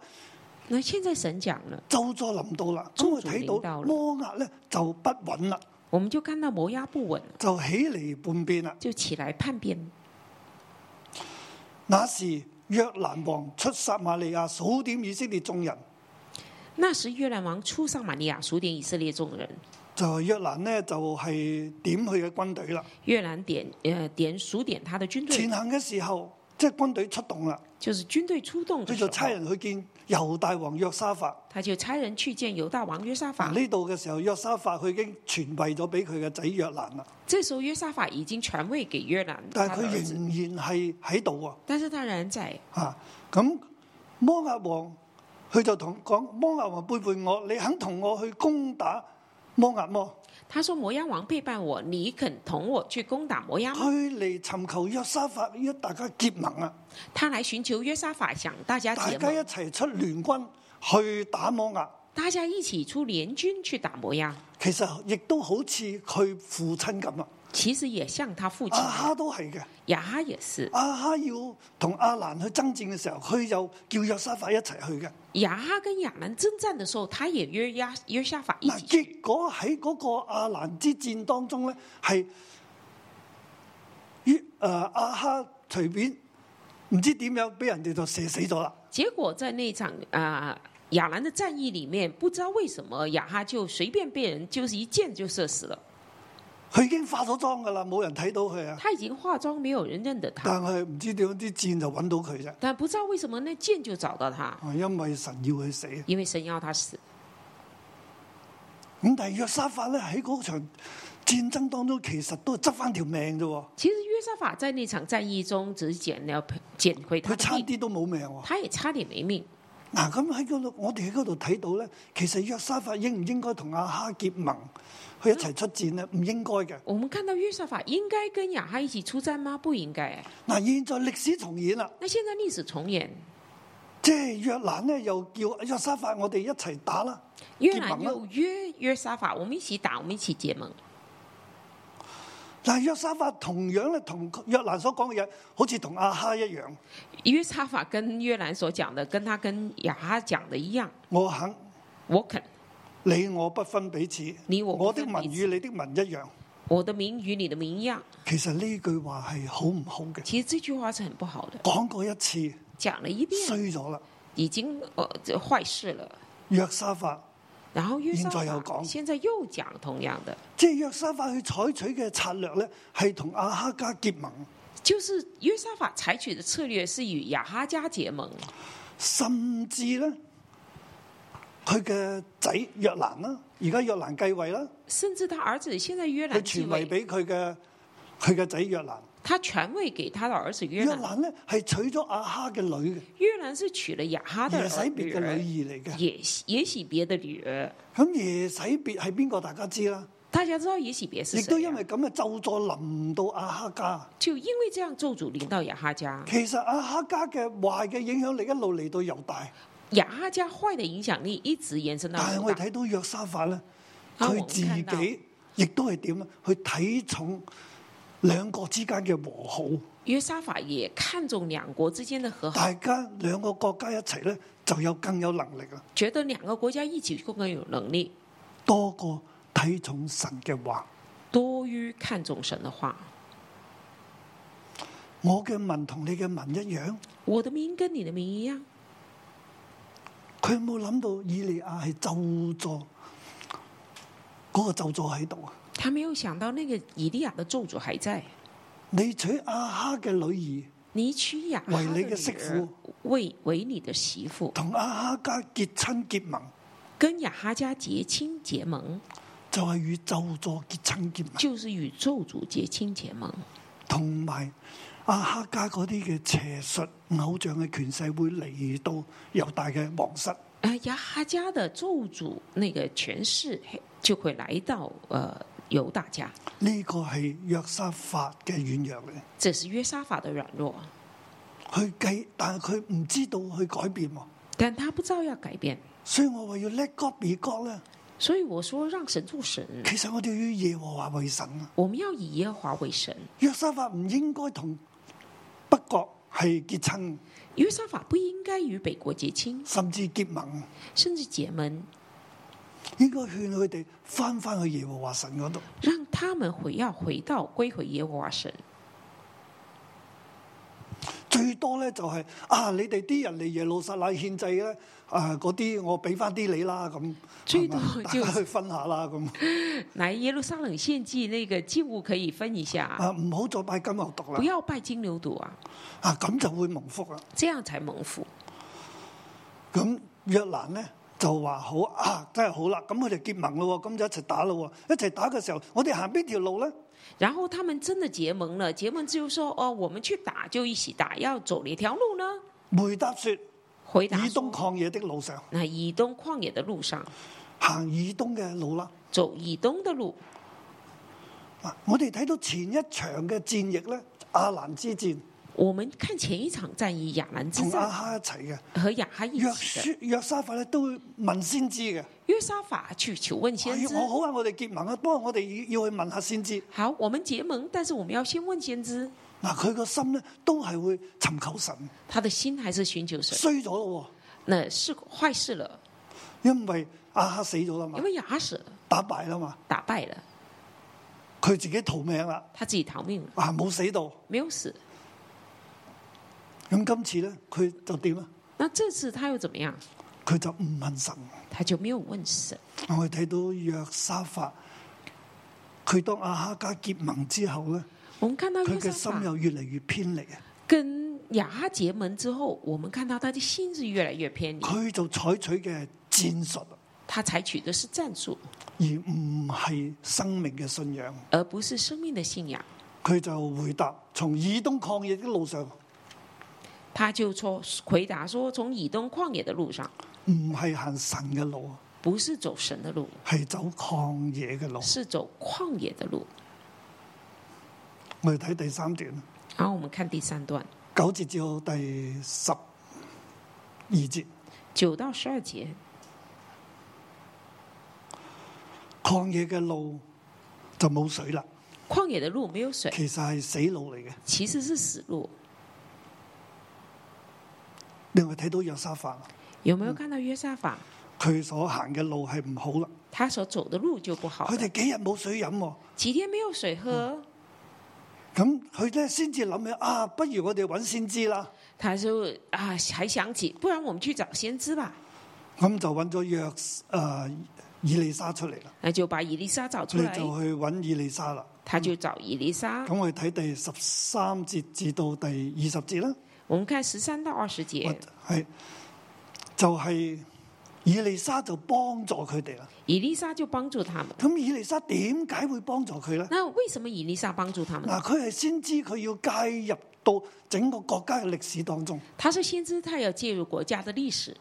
S3: 那現在神講了，
S2: 咒詛臨到啦，咁我
S3: 咒詛
S2: 睇
S3: 臨
S2: 到
S3: 到啦
S2: 摩押咧就不穩啦，
S3: 我們就看到摩押不穩，
S2: 就起嚟叛變啦。
S3: 就起來叛變。
S2: 那時約蘭王出撒瑪利亞數點以色列眾人。
S3: 那時約蘭王出撒瑪利亞數點以色列眾人，
S2: 就係約蘭呢，就係點佢嘅軍隊啦。
S3: 約蘭點呃點數點他的軍
S2: 前
S3: 隊，
S2: 行嘅時候，即係軍隊出動啦，
S3: 就是軍隊出動的
S2: 佢
S3: 時
S2: 就差
S3: 候，
S2: 人去見猶大王約沙法。
S3: 他就差人去見猶大王約沙
S2: 嗱
S3: 法。
S2: 呢度嘅時候，約沙法佢已經傳位咗俾佢嘅仔約蘭啦，
S3: 這時候約沙法已經傳位給約蘭，
S2: 但
S3: 他
S2: 係
S3: 的兒
S2: 佢
S3: 子，
S2: 仍然係喺度啊！
S3: 但是他仍然在。
S2: 嚇咁摩押王佢就同講：摩押王背叛我，你肯同我去攻打摩押麼？
S3: 他說：摩押王背叛我，你肯同我去攻打摩押嗎？
S2: 佢嚟尋求約沙法，要大家結盟啊！
S3: 他來尋求約沙法，想大家
S2: 大
S3: 結
S2: 家一
S3: 盟，
S2: 齊出聯軍去打摩押。
S3: 大家一起出聯軍去打摩押。
S2: 其實亦都好似佢父親咁啊，
S3: 其實也像他父親
S2: 阿
S3: 一樣
S2: 啊哈都係嘅。
S3: 雅哈也是，
S2: 阿哈要同阿蘭去爭戰嘅時候，佢又叫約沙法一齊去嘅。
S3: 雅哈跟亚兰征战的时候，他也约亚约沙法一
S2: 嗱，
S3: 起。
S2: 結果喺嗰個阿蘭之戰當中咧，係於誒阿哈隨便唔知點樣俾人哋就射死咗啦。
S3: 结果在那场啊、亚兰的战役里面，不知道为什么雅哈就随便被人就是一箭就射死了。
S2: 佢已經化咗妝噶啦，冇人睇到佢啊，
S3: 他已经化妝，没有人认得他，
S2: 但係唔知點樣啲箭就揾到佢啫。
S3: 但不知道为什么那箭就找到他，
S2: 啊因為神要佢死，啊
S3: 因为神要他死。
S2: 咁但係約沙法咧喺嗰場戰爭當中，其實都係執翻條命啫喎。
S3: 其实约沙法在那场战役中只捡了捡回他
S2: 佢
S3: 的
S2: 差
S3: 命，
S2: 啲都冇命喎。
S3: 他也差点没命。
S2: 嗱，咁喺嗰度，我哋喺嗰度睇到咧，其實約沙法應唔應該同亞哈結盟，去一齊出戰咧？唔應該嘅。
S3: 我们看到约沙法应该跟雅哈一起出战吗？不应该。
S2: 嗱，現在歷史重演啦，
S3: 那现在历史重演，
S2: 即係約蘭咧又叫約沙法，我哋一齊打啦。
S3: 约兰
S2: 结盟
S3: 又约约沙法，我们一起打，我们一起结盟。
S2: 但係約沙法同樣咧，同約蘭所講嘅嘢，好似同亞哈一樣，
S3: 约沙法跟约兰所讲的，跟他跟雅哈讲的一样，
S2: 我肯。
S3: 我肯，
S2: 你我不分彼此，
S3: 你我
S2: 我
S3: 不
S2: 的
S3: 分彼此
S2: 民與你的民一樣。
S3: 我的名与你的名一样。
S2: 其實呢句話係好唔好嘅，
S3: 其实这句话是很不好的，
S2: 講過一次
S3: 讲了一遍
S2: 衰咗啦。
S3: 已经呃这坏事了。
S2: 約沙法
S3: 然后约沙
S2: 现在又
S3: 法
S2: 讲
S3: 现在又讲同样的，
S2: 即係約沙法去採取嘅策略咧，係同亞哈家結盟。
S3: 就是约沙法采取的策略是与亚哈家结盟，
S2: 甚至咧佢嘅仔約蘭啦，而家約蘭繼位啦，
S3: 甚至他儿子现在约
S2: 佢
S3: 兰继
S2: 傳位
S3: 位，
S2: 俾佢嘅佢嘅仔約蘭。
S3: 他传位给他的儿子约
S2: 約
S3: 兰。
S2: 蘭咧係娶咗阿哈嘅女嘅，
S3: 约兰是娶了亚哈的
S2: 耶洗
S3: 女
S2: 別嘅
S3: 儿，
S2: 女兒嚟嘅。
S3: 也喜也喜别的女儿。
S2: 咁耶洗別係邊個？大家知啦。
S3: 大家知道也喜别是
S2: 亦都
S3: 谁、
S2: 因
S3: 啊？
S2: 為咁嘅咒助臨到阿哈家。
S3: 就因为这样咒诅临到亚哈家，
S2: 其實阿哈家嘅壞嘅影響力一路嚟到猶大，
S3: 亚哈家坏的影响力一直延伸到
S2: 但係我
S3: 犹
S2: 哋
S3: 大。
S2: 睇到約沙法咧，
S3: 啊
S2: 佢
S3: 我
S2: 自
S3: 看到
S2: 己亦都係點咧？去睇重兩國之間嘅和好，
S3: 约沙法也看重兩國之間的和好，
S2: 大家兩個國家一齊咧就有更有能力啊啦，
S3: 覺得兩個國家一起共更有能力，
S2: 多過睇重神嘅話。
S3: 多於看重神的話。
S2: 我嘅民同你嘅民一樣，
S3: 我的名跟你的名一樣，
S2: 佢有冇諗到以利亞係咒助嗰、個咒助喺度啊？
S3: 他沒有想到那個以利亞的咒詛還在。
S2: 你娶阿哈嘅女兒
S3: 你娶亞哈的
S2: 為
S3: 女
S2: 你嘅媳
S3: 兒
S2: 婦，
S3: 為為你的媳婦，
S2: 同阿哈家結親結盟。
S3: 跟亞哈家結親結盟，
S2: 就係與咒助結親結盟，
S3: 就是與咒詛結親結盟。
S2: 同埋阿哈家嗰啲嘅邪術偶像嘅權勢會嚟到猶大嘅皇室，
S3: 啊，亞哈家的咒詛那個權勢就會來到呃猶大家，
S2: 呢、個係約沙法嘅軟弱嚟。
S3: 這是約沙法的軟弱，
S2: 佢計，但係佢唔知道去改變喎，
S3: 但他不知道要改變。
S2: 所以我話要 let God be God 咧。
S3: 所以我說，让神做神，
S2: 其實我哋要以耶和華為神啊。
S3: 我們要以耶和華為神。
S2: 約沙法唔應該同北國係結親，
S3: 约沙法不應該與北國結親，
S2: 甚至結盟，
S3: 甚至結盟，
S2: 應該勸佢哋翻翻去耶和華神嗰度。
S3: 讓他們回要回到歸回耶和華神。 [laughs]
S2: 最多咧就係、啊，你哋啲人嚟耶路撒冷獻祭咧，啊嗰啲我俾翻啲你啦咁，
S3: 最多
S2: 係嘛
S3: 就
S2: 大家去分下啦咁，
S3: 來耶路撒冷献祭，那個祭物可以分一下，
S2: 啊唔好再拜金牛犢
S3: 不
S2: 啦，
S3: 要拜金牛犢啊，
S2: 啊咁就會蒙福啦。
S3: 這樣才蒙福。
S2: 咁約蘭咧就話好啊，真係好啦，咁佢哋結盟咯喎，咁就一齊打咯喎，一齊打嘅時候，我哋行邊條路咧？
S3: 然後他們真的結盟了，結盟之後說：哦，我們去打就一起打，要走哪條路呢？
S2: 回答說：
S3: 回答
S2: 以東
S3: 說：
S2: 曠野的路上，
S3: 那以東曠野的路上，
S2: 行以東嘅路啦。
S3: 走以東的路。
S2: 嗱，我哋睇到前一場嘅戰役咧，亞蘭之戰
S3: 我們看前一場戰役亞蘭之
S2: 同亞
S3: 戰
S2: 哈一齊嘅。
S3: 和亞哈一
S2: 約
S3: 起的，
S2: 書約沙法咧都會問先知嘅，
S3: 约沙法去求問
S2: 哎
S3: 先知。
S2: 我好啊，我哋結盟啊，不過我哋要要去問下先知。
S3: 好，我們結盟，但是我們要先問先知。
S2: 嗱，佢個心咧都係會尋求神，
S3: 他的心還是尋求神。
S2: 衰咗咯
S3: 那是壞事了，
S2: 喎，因為亞哈死咗啦嘛
S3: 因，為亞哈死了，
S2: 打敗啦嘛，
S3: 打敗了，
S2: 佢自己逃命啦，
S3: 他自己逃命了，
S2: 啊冇死到。
S3: 沒有死。
S2: 咁今次咧，佢就點啊？
S3: 那這次他又怎麼樣？
S2: 佢就唔問神。
S3: 他就沒有問神。
S2: 我哋睇到約沙法，佢當亞哈家結盟之後咧，
S3: 我們看到
S2: 佢
S3: 約
S2: 嘅
S3: 沙
S2: 心
S3: 法
S2: 又越嚟越偏離啊！
S3: 跟亞哈結盟之後，我們看到他的心是越來越偏離，
S2: 佢就採取嘅啊戰術，
S3: 他採取的是戰術，
S2: 而唔係生命嘅信仰。
S3: 而不是生命的信仰。
S2: 佢就回答：從以東曠野的路上，
S3: 他就說回答說，從以東曠野的路上，
S2: 唔係行神嘅路，
S3: 不是走神的路，
S2: 係走曠野嘅路。
S3: 是走曠野的路。
S2: 我哋睇第三段，
S3: 然啊後我們看第三段
S2: 九節至到第十二節。
S3: 九到十二節，
S2: 曠野嘅路就冇水啦，
S3: 曠野的路沒有水，
S2: 其實係死路嚟嘅。
S3: 其實是死路。
S2: 另外睇到約沙法，
S3: 有沒有看到約沙法？
S2: 佢所行嘅路係唔好啦。
S3: 他所走的嗯路就不好
S2: 佢
S3: 了，
S2: 哋幾日冇水飲喎，
S3: 幾天沒有水喝，
S2: 咁佢咧先至諗起啊，不如我哋揾先知啦。
S3: 他就啊還想起，不然我們去找先知吧。
S2: 咁就揾咗約誒、呃、以利沙出嚟啦，
S3: 那就把以利沙找出
S2: 你
S3: 来，
S2: 就去揾以利沙啦。
S3: 他就找以利沙。
S2: 咁我哋睇第十三節至到第二十節啦，
S3: 我们看十三到二十节，
S2: 係就係以利沙就幫助佢哋啦。
S3: 以利沙就帮助他们。
S2: 咁以利沙點解會幫助佢咧？
S3: 那为什么以利沙帮助他们？
S2: 嗱，佢係先知，佢要介入到整個國家嘅歷史當中。
S3: 他是先知，他要介入国家的历史。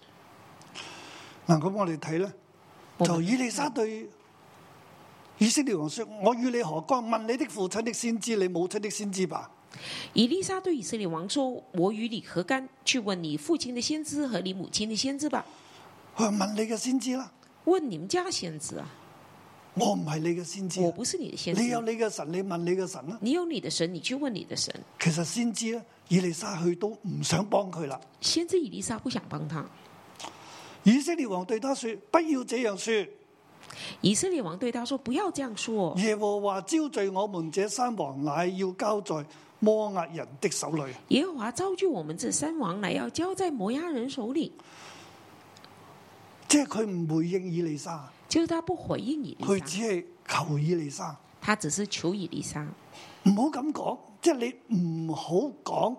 S2: 嗱，咁我哋睇咧，
S3: 我
S2: 就
S3: 们
S2: 以利沙對以色列王說：我與你何干？問你的父親的先知，你母親的先知吧。
S3: 以利沙对以色列王说：“我与你何干？去问你父亲的先知和你母亲的先知吧。
S2: 佢話問你嘅先知啦，
S3: 问你们家先知啊，
S2: 我唔係你嘅先知
S3: 我，不是你的先
S2: 啊你有
S3: 知。
S2: 你嘅神，你問你嘅神啦。啊
S3: 你有你的神，你去问你的神。
S2: 其實先知咧，以利沙佢都唔想幫佢啦。
S3: 先知以利沙不想帮他。
S2: 以色列王對他說：不要這樣說。
S3: 以色列王对他说：不要这样说。
S2: 耶和華招聚我們這三王，乃要交在摩押人的手裏。
S3: 耶和华招聚我们这三王来，要交在摩押人手里。
S2: 即係佢唔回應以利沙，
S3: 就是他不回应以利
S2: 佢
S3: 沙，
S2: 只係求以利沙，
S3: 他只是求以利沙。
S2: 唔好咁講，即係你唔好講。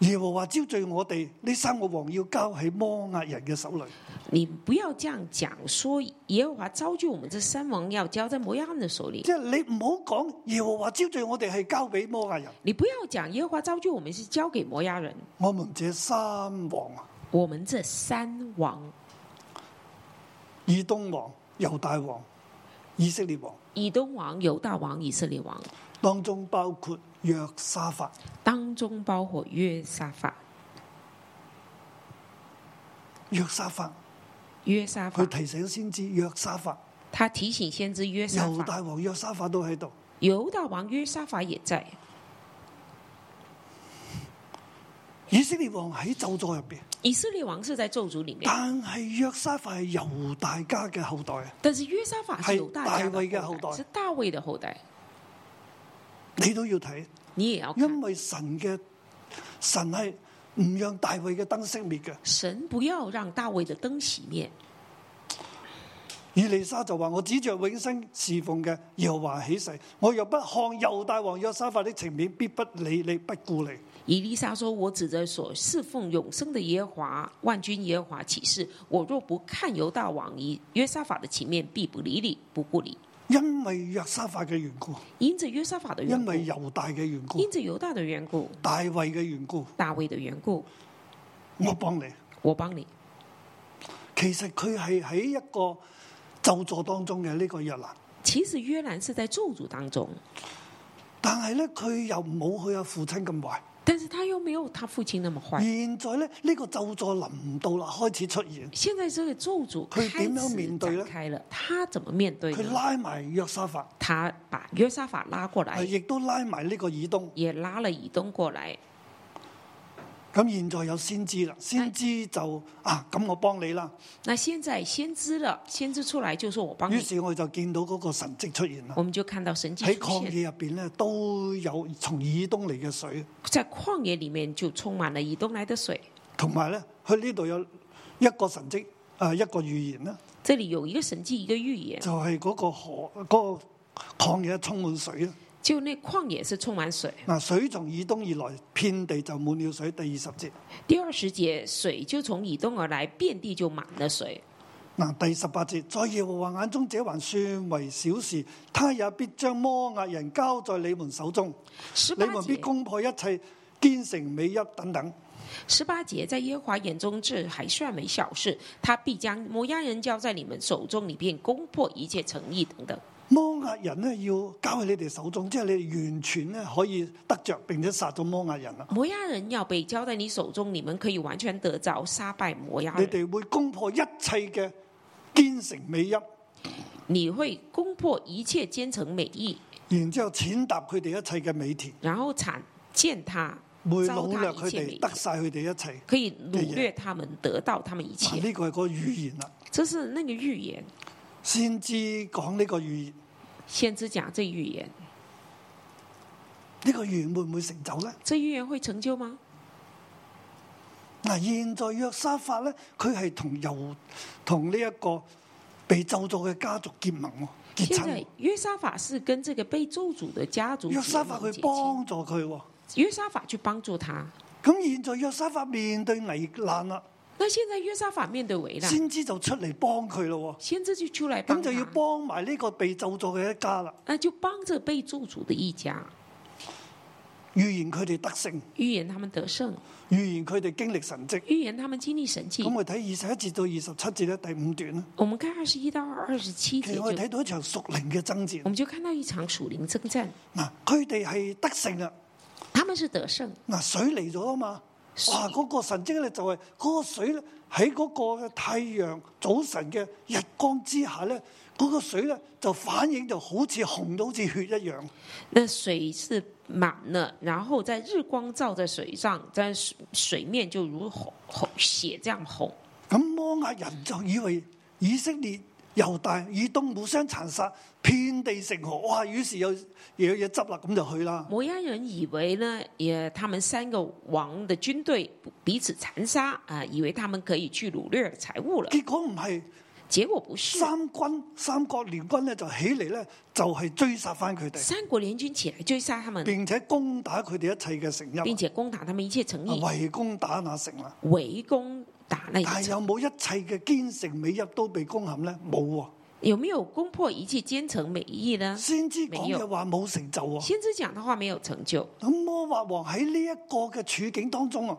S2: 耶和華招聚我哋呢三個王，要交喺摩押人嘅手裏。
S3: 你不要这样讲，说耶和华招聚我们这三王要交在摩押人的手里
S2: 即。係你唔好講耶和華招聚我哋係交俾摩押人。
S3: 你不要讲耶和华招聚我们是交给摩押人。
S2: 我們這三王啊，
S3: 我们这三王，
S2: 以東王、猶大王、以色列王，
S3: 以东王、犹大王、以色列王，
S2: 當中包括約沙法。
S3: 当中包括约沙法。
S2: 約沙法
S3: 约沙法
S2: 佢，提醒先知約沙法，
S3: 他提醒先知约沙
S2: 猶
S3: 法，
S2: 大王約沙法都喺度。
S3: 犹大王约沙法也在。
S2: 以色列王喺咒座入边，
S3: 以色列王是在咒诅里面，
S2: 但係約沙法係猶大家嘅後代啊！
S3: 但是约沙法是
S2: 是
S3: 犹大家
S2: 大卫的
S3: 的
S2: 后
S3: 后
S2: 代
S3: 代，是大卫的后代。
S2: 你都要睇，
S3: 你也要
S2: 因
S3: 看，
S2: 為神嘅神係唔讓大衛嘅燈熄滅嘅。
S3: 神不要让大卫的灯熄灭。
S2: 以利沙就話：我指着永生侍奉嘅耶和華起誓，我若不看猶大王約沙法的情面，必不理你，不顧你。
S3: 以利沙说：“我指着所侍奉永生的耶和华万军耶和华起誓，我若不看犹大王以约沙法的情面，必不理你，不顾你。
S2: 因為約沙法嘅緣故，
S3: 因着约沙法的缘
S2: 因
S3: 故，
S2: 為猶大嘅緣故，
S3: 因着犹大的缘故，
S2: 大衛嘅緣故，
S3: 大卫的缘故，
S2: 我幫你。
S3: 我帮你。
S2: 其實佢係喺一個咒座當中嘅呢個約蘭，
S3: 其实约兰是在咒诅当中，
S2: 但係咧佢又冇佢阿父親咁壞。
S3: 但是他又没有他父亲那么坏。
S2: 現在咧呢、個咒座臨到啦，開始出現。
S3: 现在这个咒诅
S2: 可
S3: 开
S2: 以怎样面
S3: 始
S2: 对呢
S3: 展开了，他怎么面对
S2: 佢
S3: 呢？
S2: 拉埋約沙法，
S3: 他把约沙法拉过来，
S2: 亦都拉埋呢個以東。
S3: 也拉了以东过来。
S2: 咁現在有先知啦，先知就啊咁我幫你啦。
S3: 那现在先知了，先知出来就说我帮
S2: 於
S3: 你。”哦
S2: 是我就見到嗰個神跡出現啦。
S3: 我们就看到神迹
S2: 喺
S3: 出
S2: 曠
S3: 现，
S2: 野入邊咧都有從以東嚟嘅水，
S3: 在旷野里面就充满了以东来的水。
S2: 同埋咧佢呢度有一個神跡，啊一個預言啦。
S3: 这里有一个神迹，一个预言，
S2: 就係嗰個河嗰、個曠野充滿水啦。
S3: 就那旷野是充满水。
S2: 嗱，水從以東而來，遍地就滿了水。第二十節，
S3: 第二十节，水就从以东而来，遍地就满了水。
S2: 嗱，第十八節，在耶和華眼中這還算為小事，他也必將摩押人交在你們手中，
S3: 十
S2: 你
S3: 八
S2: 們必
S3: 节，
S2: 攻破一切，堅城美邑等等。
S3: 十八节，在耶和华眼中这还算没小事，他必将摩押人交在你们手中，你便攻破一切诚意等等。
S2: 摩押人呢，要交喺你哋手中，即係你哋完全咧可以得着並且殺咗摩押人啊啦。
S3: 摩押人要被交在你手中，你们可以完全得着，杀败摩押
S2: 你
S3: 人。
S2: 哋會攻破一切嘅堅城美邑，
S3: 你会攻破一切奸诚美意，
S2: 然之後踐踏佢哋一切嘅美田。
S3: 然后产践他，
S2: 會
S3: 糟
S2: 擄掠
S3: 蹋
S2: 佢
S3: 一切美
S2: 哋，
S3: 意
S2: 得，晒佢哋一切。
S3: 可以掳掠他们，得到他们一
S2: 嗱，
S3: 切。
S2: 呢個係個預言啦，
S3: 这是那个预言，
S2: 先知講呢個預言，
S3: 先知讲这预言，
S2: 呢、個預言會唔會成就呢？
S3: 这预言会成就吗？
S2: 嗱，現在約沙法咧，佢係同猶同呢一個被咒詛嘅家族結盟喎，結
S3: 现在
S2: 親。
S3: 约沙法是跟这个被咒诅的家族
S2: 約沙法
S3: 结盟
S2: 去
S3: 结
S2: 幫助佢喎，
S3: 亲，约沙法去帮助他。
S2: 咁現在約沙法面對危難啦，
S3: 那现在约沙法面对危难，
S2: 先知就出嚟幫佢咯
S3: 先知就出来
S2: 喎，咁
S3: 帮
S2: 就要
S3: 他，
S2: 幫埋呢個被咒詛嘅一家啦，
S3: 那就帮着被咒诅的一家，
S2: 預言佢哋得勝，
S3: 预言他们得胜，
S2: 預言佢哋經歷神蹟。
S3: 预言他们经历神迹
S2: 咁。我睇二十一節到二十七節咧，第五段啦。
S3: 我们看二十一到二十七
S2: 其
S3: 节
S2: 實
S3: 就，
S2: 我哋睇到一場屬靈嘅爭
S3: 我
S2: 戰。
S3: 们就看到一场属灵征战，
S2: 嗱，佢哋係得勝啦。
S3: 他们是得胜，
S2: 嗱，水嚟咗啊嘛，哇！嗰、個神跡咧就係嗰個水咧喺嗰個太陽早晨嘅日光之下咧，嗰、個水咧就反應就好似紅到好似血一樣。
S3: 那水是满了，然后在日光照在水上，在水水面就如红红血这样红。
S2: 咁摩押人就以為以色列猶大以東互相殘殺，遍地成河，哇！於是有有嘢執啦，咁就去啦。
S3: 摩押人以为呢，也他们三个王的军队彼此残杀啊、以为他们可以去掳掠财物了，
S2: 結果唔係
S3: 结果不是。
S2: 三軍三國聯軍咧就起嚟咧，就係、追殺翻佢哋，
S3: 三国联军起来追杀他们，
S2: 並且攻打佢哋一切嘅城
S3: 并
S2: 邑，
S3: 且攻打他们一切城
S2: 啊
S3: 邑，
S2: 圍攻打那城啊啦。
S3: 围攻打那一
S2: 但係
S3: 城。
S2: 有冇一切嘅堅城美邑都被攻陷咧？冇喎、
S3: 有没有攻破一切奸城美意呢？
S2: 先知講嘅話冇成就喎、
S3: 啊先知讲的话没有成就。
S2: 咁摩押王喺呢一個嘅處境當中啊，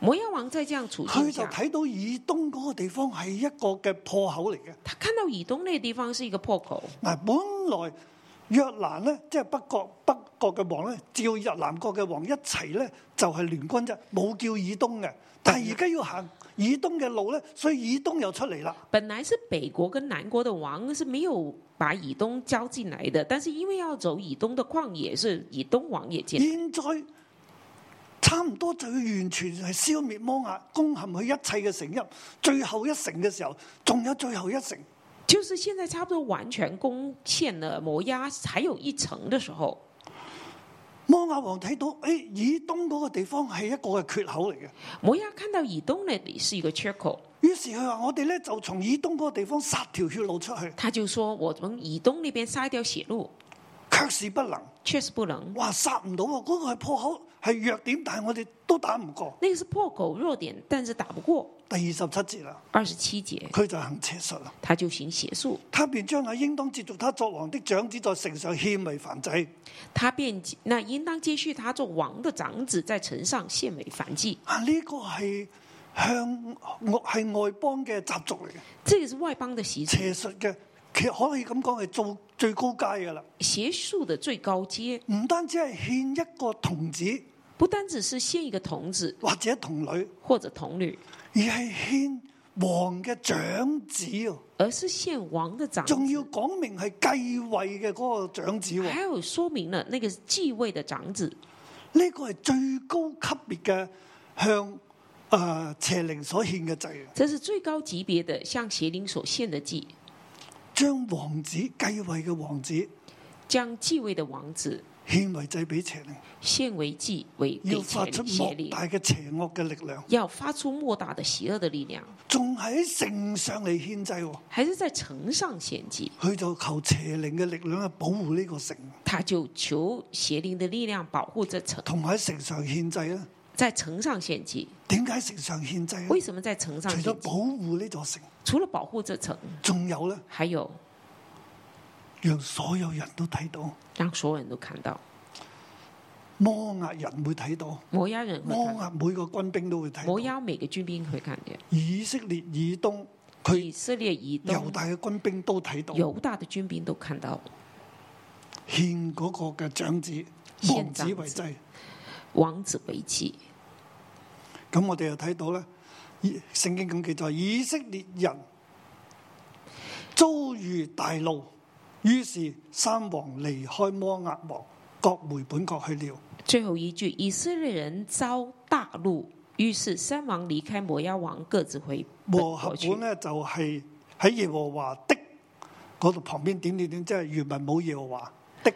S3: 摩押王在这样处境
S2: 佢就
S3: 下，
S2: 睇到以東嗰個地方係一個嘅破口嚟嘅。
S3: 他看到以东那个地方是一个破口。
S2: 嗱，本來約蘭咧，即係北國北國嘅王咧，照日南國嘅王一齊咧，就係聯軍啫，冇叫以東嘅。但係而家要行以東嘅路咧，所以以東又出嚟啦。
S3: 本来是北国跟南国的王是没有把以东交进来的，但是因为要走以东的旷野，是以东王也进来。
S2: 現在差唔多就要完全係消滅摩押，攻陷佢一切嘅城邑。最後一城嘅時候，仲有最後一城。
S3: 就是现在差不多完全攻陷了摩押，还有一城的时候，
S2: 摩押王睇到，誒、以東嗰個地方係一個嘅缺口嚟嘅，
S3: 摩押看到以东那里是一个缺口，
S2: 於是佢話：我哋咧就從以東嗰個地方殺條血路出去，
S3: 他就说：我从以東那边杀一条血路，
S2: 卻是不能。
S3: 确实不能。
S2: 哇，殺唔到喎！嗰、個係破口，係弱點，但係我哋都打唔過。
S3: 那个是破口弱点，但是打不过。
S2: 第二十七節啦，
S3: 二十七节，
S2: 佢就行邪術啦。
S3: 他就行邪术，
S2: 他便將那應當接續他作王的長子在城上獻為燔祭。
S3: 他便那应当接续他做王的长子在城上献为燔祭。
S2: 啊，呢、個係向外係外邦嘅習俗嚟嘅，
S3: 这个是外邦的习俗，
S2: 邪術嘅，其實可以咁講係做最高階噶啦。
S3: 邪术的最高阶，
S2: 唔單止係獻一個童子
S3: 不单只是献一个童子
S2: 或者童女，
S3: 或者童女，
S2: 而係獻王嘅長子喎，
S3: 而是献王的长子。
S2: 仲要講明係繼位嘅嗰個長子喎。
S3: 还有说明了那个继位的长子，
S2: 呢個係最高級別嘅向呃邪靈所獻嘅祭，啊
S3: 这是最高级别的向邪灵所献的祭，
S2: 將王子繼位嘅王子
S3: 将继位的王子
S2: 獻為祭俾邪靈，
S3: 献为祭为
S2: 要
S3: 给
S2: 發
S3: 邪
S2: 出
S3: 灵邪
S2: 莫
S3: 灵，
S2: 大嘅邪惡嘅力量，
S3: 要发出莫大的邪恶的力量，
S2: 仲喺城上嚟獻祭喎，
S3: 还是在城上献祭，
S2: 佢就求邪靈嘅力量啊去保護呢個城，
S3: 他就求邪灵的力量保护这城，
S2: 同埋喺城上獻祭啦。
S3: 在城上献祭。
S2: 點解城上獻祭
S3: 为
S2: 咧？
S3: 什么在城上
S2: 除咗
S3: 献
S2: 保
S3: 祭？
S2: 護呢座城，
S3: 除了保护这城，
S2: 仲有咧，
S3: 还有
S2: 讓所有人都睇到，
S3: 让所有人都看到
S2: 摩押人會睇到，
S3: 摩押人会
S2: 摩
S3: 看到，
S2: 押每個軍兵都會睇
S3: 摩
S2: 到。
S3: 押每个军兵会看见，
S2: 以色列以東，佢
S3: 以色列以
S2: 猶
S3: 东
S2: 大嘅軍兵都睇到，
S3: 犹大的军兵都看到。
S2: 獻嗰個嘅長子
S3: 獻
S2: 王子為祭。
S3: 王子为祭。
S2: 咁我哋又睇到咧，以聖經咁記載，以色列人遭遇大怒，於是三王離開摩押王，各回本國去了。
S3: 最后一句，以色列人遭大怒，于是三王离开摩押王，各自回本
S2: 和合
S3: 国去
S2: 本。咧就係、喺耶和華的嗰度旁邊點點點，即係原文冇耶和華的。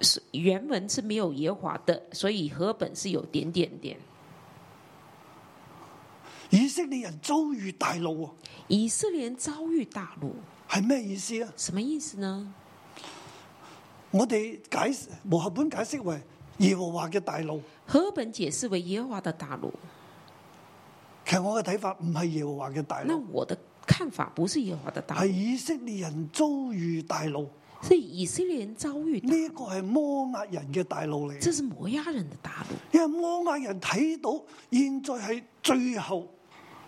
S3: 是原文是没有耶和华的，所以和本是有点点点。
S2: 以色列人遭遇大怒喎，
S3: 以色列人遭遇大怒，
S2: 係咩意思啊？
S3: 什么意思呢？
S2: 我哋解和合本解釋為耶和華嘅大怒。
S3: 和本解释为耶和华的大怒。
S2: 其實我嘅睇法唔係耶和華嘅大
S3: 那
S2: 怒，
S3: 我的看法不是耶和华的大
S2: 係
S3: 怒，
S2: 以色列人遭遇大怒。
S3: 所以以色列人遭遇大
S2: 呢、個係摩押人嘅大怒嚟，
S3: 这是摩押人的大怒。
S2: 因為摩押人睇到現在係最後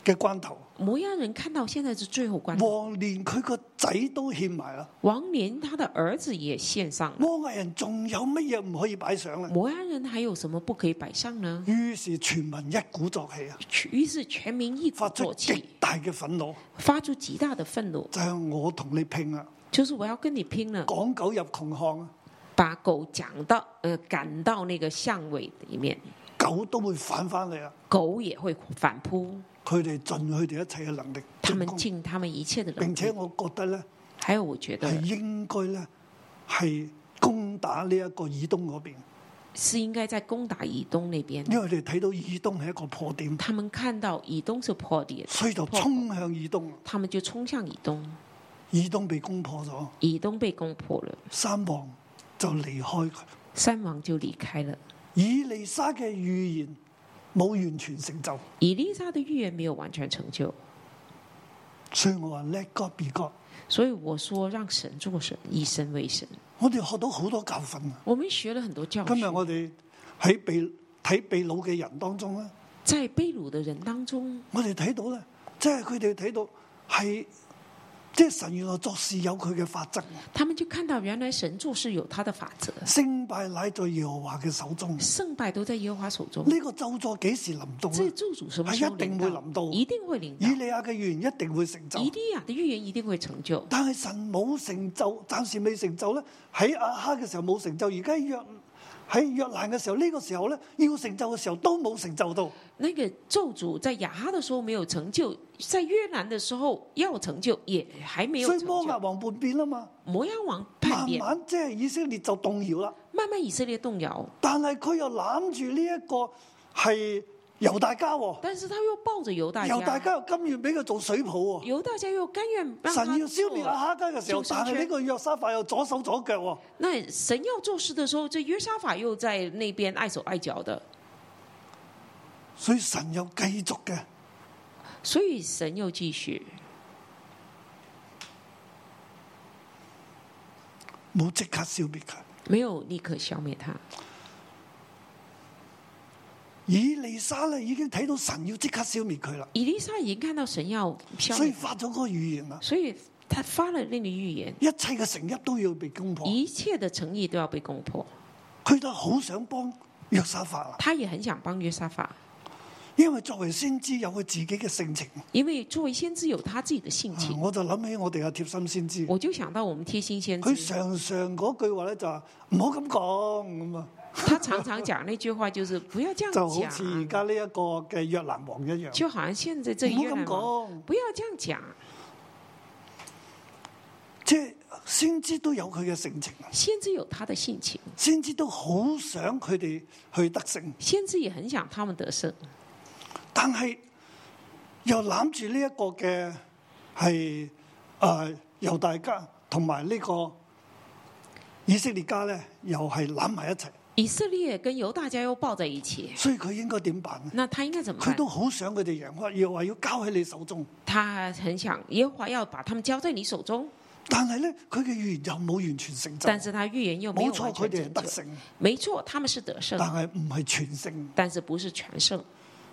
S2: 嘅關頭，
S3: 摩押人看到现在是最后关头，
S2: 王連佢個仔都獻埋啦。
S3: 王连他的儿子也献上了。
S2: 摩押人仲有乜嘢唔可以擺上咧？
S3: 摩押人还有什么不可以摆上呢？
S2: 於是全民一鼓作氣啊，
S3: 于是全民一鼓
S2: 發
S3: 作
S2: 出極
S3: 气，
S2: 大嘅憤怒，
S3: 发出极大的愤怒，
S2: 就係我同你拼啊！
S3: 就是我要跟你拼了，
S2: 趕狗入窮巷啊，
S3: 把狗讲到呃赶到那个巷尾里面，
S2: 狗都會反翻嚟啊！
S3: 狗也会反扑。
S2: 佢哋盡佢哋一切嘅能力
S3: 他
S2: 進
S3: 们
S2: 攻，
S3: 尽他们一切的能
S2: 並且
S3: 力，
S2: 我覺得咧
S3: 还有我觉
S2: 係啊
S3: 得
S2: 應該咧係攻打呢一個以東嗰邊，
S3: 是应该在攻打以东那边。
S2: 因為佢哋睇到以東係一個破點，
S3: 他们看到以東是破裂，
S2: 所以就衝向以東。
S3: 他们就冲向以東，
S2: 以東被攻破咗，
S3: 以東被攻破了，
S2: 三王就離開佢。
S3: 三王就离开了。
S2: 以利沙嘅預言冇完全成就，
S3: 以利沙的预言没有完全成就，
S2: 所以我話 Let God be God。
S3: 所以我说让神做神，以神为神。
S2: 我哋學到好多教訓啊！
S3: 我们学了很多教
S2: 今日
S3: 训，
S2: 我哋喺被睇被掳嘅人當中咧，
S3: 在被掳的人当中，
S2: 我哋睇到咧，即係佢哋睇到係即係神原來作事有佢嘅法則，
S3: 他们就看到原来神做事有他的法则，
S2: 勝敗乃在耶和華嘅手中。
S3: 胜败都在耶和华手中。
S2: 呢、個咒詛幾時臨到
S3: 这
S2: 咧？
S3: 咒主什么时候
S2: 哎一定会临到
S3: 一定会领
S2: 以
S3: 到。
S2: 利亞嘅預言一定會成就，
S3: 以利亚的预言一定会成就，
S2: 但係神冇成就，暫時未成就咧。喺阿哈嘅時候冇成就，而家喺約喺約蘭嘅時候，呢、個時候咧要成就嘅時候都冇成就到。
S3: 那个咒主在雅哈的时候没有成就，在越南的时候要成就，也还没有
S2: 所以
S3: 成
S2: 摩押
S3: 就。
S2: 王叛變啦嘛，
S3: 摩押王叛
S2: 慢
S3: 变，
S2: 慢即係以色列就動搖啦。
S3: 慢慢以色列动摇，
S2: 但係佢又攬住呢一個係猶大家喎，
S3: 但是他又抱着犹大家，
S2: 猶大家又甘願俾佢做水泡喎。
S3: 犹大家又甘愿让他
S2: 神要消滅
S3: 做
S2: 阿哈家嘅時候，
S3: 做
S2: 但
S3: 神
S2: 係呢
S3: 權
S2: 個約沙法又左手左腳喎。
S3: 那神要做事的时候，这约沙法又在那边碍手碍脚的，
S2: 所以神又繼續嘅
S3: 所以神又继续
S2: 冇即刻消滅佢。
S3: 没有立刻消灭他。
S2: 以利沙咧已經睇到神要即刻消滅佢啦，
S3: 以利沙已经看到神要消
S2: 所以
S3: 灭，
S2: 發咗嗰個預言啦，
S3: 所以他发了那个预言，
S2: 一切嘅成因都要被攻破。
S3: 一切的诚意都要被攻破。
S2: 佢都好想幫約沙法啦，
S3: 他也很想帮约沙法，
S2: 因為作為先知有佢自己嘅性情。
S3: 因为作为先知有他自己的性
S2: 啊
S3: 情。
S2: 我就諗起我哋嘅貼心先知，
S3: 我就想到我们贴心先
S2: 佢
S3: 知，
S2: 常常嗰句話咧就話唔好咁講咁啊，
S3: 他常常讲那句话，就是不要这样
S2: 就好似而
S3: 讲，
S2: 家呢一個嘅約蘭王一樣，
S3: 就好像现在这
S2: 唔
S3: 一个人嘛，
S2: 好咁講，
S3: 不要这样讲。
S2: 即係先知都有佢嘅性情啊。
S3: 先知有他的性情，
S2: 先知都好想佢哋去得勝，
S3: 先知也很想他们得胜，
S2: 但係又攬住呢一個嘅係誒猶大家同埋呢個以色列家咧，又係攬埋一齊，
S3: 以色列跟犹大家又抱在一起，
S2: 所以佢應該點辦咧？
S3: 那他应该怎么
S2: 佢
S3: 办？
S2: 都好想佢哋贏開，又話要交喺你手中，
S3: 他很想耶和华要把他们交在你手中，
S2: 但係咧佢嘅預言又冇完全成就。
S3: 但是他预言又没有
S2: 冇錯，
S3: 完
S2: 佢
S3: 全
S2: 哋係
S3: 成就
S2: 得。勝，
S3: 没错，他们是得胜
S2: 但，係唔係全勝，
S3: 但是不是全胜，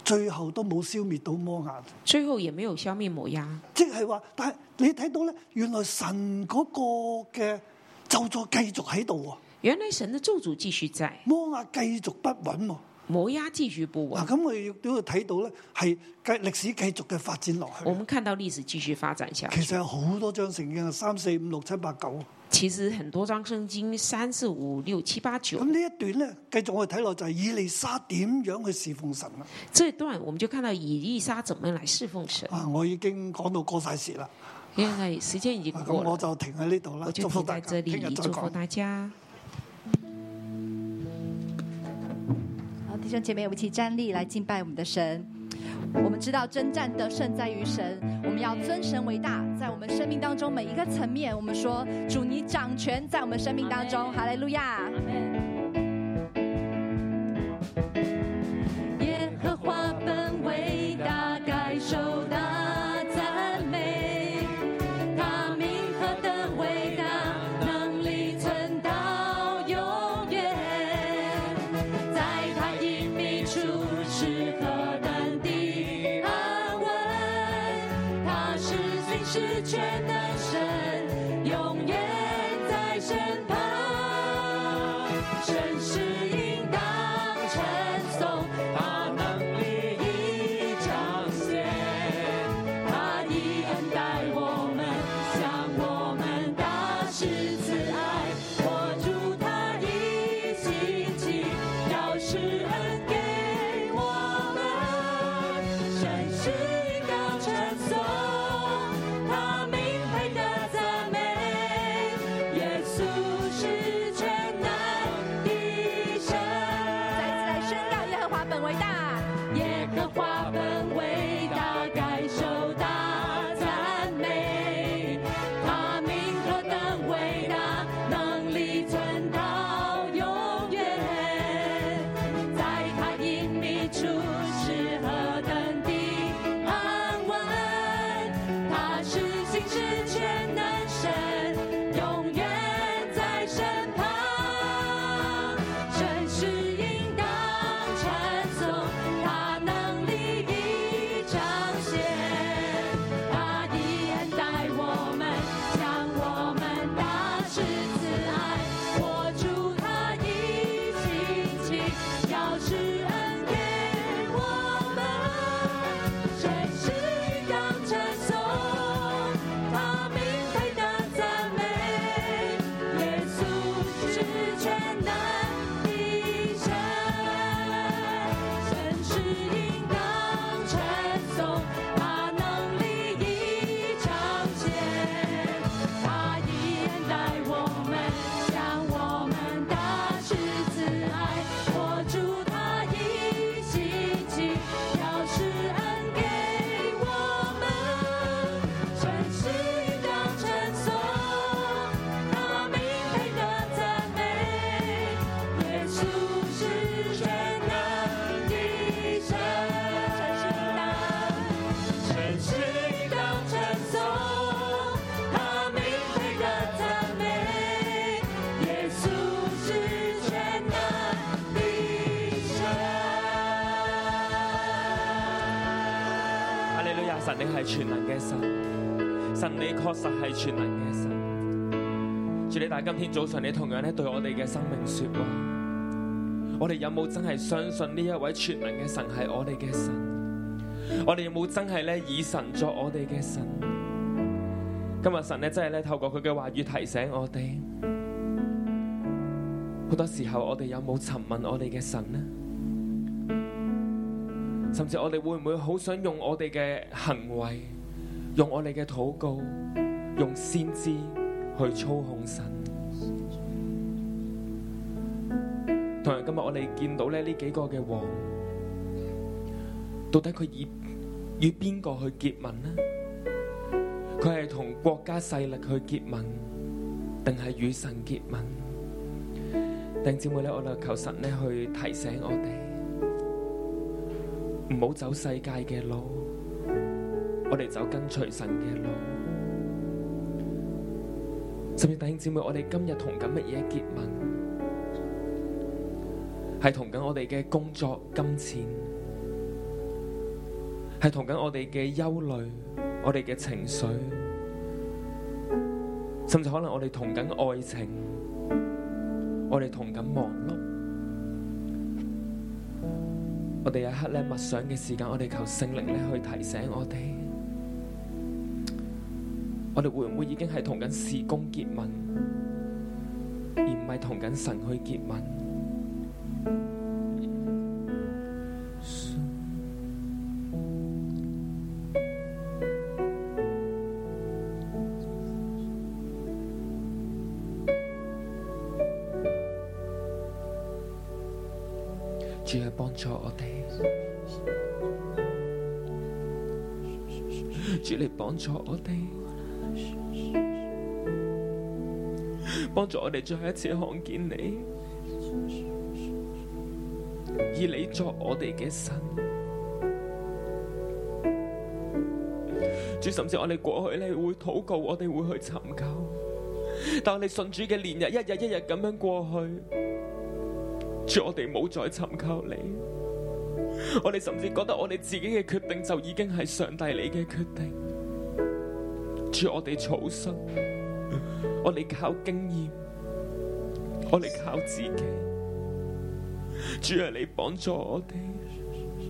S2: 最後都冇消滅到摩押。
S3: 最后也没有消灭摩押。
S2: 即係話，但係你睇到咧，原來神嗰個嘅咒詛繼續喺度喎，
S3: 原来神的咒诅继续在，
S2: 摩亞繼續不穩喎。
S3: 摩押继续不
S2: 嗱，
S3: 稳。
S2: 咁我哋亦都要睇到咧，係繼歷史繼續嘅發展落
S3: 我
S2: 去。
S3: 们看到歷史繼續發展下
S2: 其
S3: 去，
S2: 實有好多張聖經啊，三四五六七八九。
S3: 其實很多章聖經三四五六七八
S2: 咁
S3: 九
S2: 呢一段咧，繼續我哋睇落就係以利沙點樣去侍奉神啦。啊
S3: 這段，我們就看到以利沙怎麼來侍奉神。
S2: 啊，我已經講到過晒時啦，
S3: 現在時間已經
S2: 啊咁
S3: 過
S2: 我
S3: 了，
S2: 就停喺呢度啦
S3: 我，就
S2: 祝福
S3: 停
S2: 大家，
S3: 在這
S2: 聽日
S3: 裡，
S2: 再
S3: 祝福
S2: 講。
S3: 大家。
S4: 好，弟兄姐妹，我们一起站立来敬拜我们的神。我们知道征战得胜在于神，我们要尊神为大，在我们生命当中每一个层面，我们说主你掌权在我们生命当中，哈利路亚。耶和华本为大，该受大赞美。他名何等伟大，能力存到永远。在他隐秘处是何等的安稳，他是信是全能神，永远在身旁。神是应当称颂，他能力已彰显，他的恩待我们，向我们大施慈爱，握住他的心情，要施恩给我们。神是应当称颂，他名配得赞美。耶稣是全能的神。再次来宣告：耶和华本为大，耶和华本为大，该受大赞美。他名何等伟大，能力存到永远。在他隐秘处是何等的安稳，他是信实全能神，永远在身旁。神是应当称颂，他能力已彰显，他的恩待我们，向我们大施慈爱，握住他的心情，要施恩给我们。神是应当称颂，他名配得赞美。耶稣是全能的神，神是应当称颂，他能力已彰显，他的恩待我们，向我们大施慈爱，握住他一心情，要施恩给我们，神是应当称颂。他名配得赞美，耶稣是全能的神，神是应当称颂，他名配得赞美，耶稣是全能的神。
S5: 阿利路亚，神你係全能嘅神，神你確實係全能嘅神。主你，但今天早上你同樣咧對我哋嘅生命说話，我哋有冇真係相信呢一位全能嘅神係我哋嘅神？我哋有冇真係咧以神作我哋嘅神？今日神咧真係咧透過佢嘅話語提醒我哋，好多時候我哋有冇尋問我哋嘅神呢？甚至我哋會唔會好想用我哋嘅行為，用我哋嘅禱告，用先知去操控神？同樣今日我哋見到咧呢幾個嘅王，到底佢以與邊個去結盟呢？佢係同國家勢力去結盟，定係與神結盟？弟兄姊妹咧，我哋求神咧去提醒我哋。唔好走世界嘅路，我哋走跟隨神嘅路。甚至弟兄姊妹，我哋今日同緊乜嘢結盟？係同緊我哋嘅工作、金錢，係同緊我哋嘅憂慮、我哋嘅情緒，甚至可能我哋同緊愛情，我哋同緊忙碌。我哋有一刻咧默想嘅時間，我哋求聖靈咧去提醒我哋，我哋會唔會已經係同緊事工結盟，而唔係同緊神去結盟？主啊，幫助我哋。主你帮助我哋，帮助我哋最后一次看见你，以你作我哋嘅神。主，甚至我哋过去咧会祷告，我哋会去寻求，但我哋信主嘅年日一日一日咁样过去，主我哋冇再寻求你。我哋甚至觉得我哋自己嘅决定就已经系上帝你嘅决定。主，我哋操心，我哋靠经验，我哋靠自己。主啊，你帮助我哋。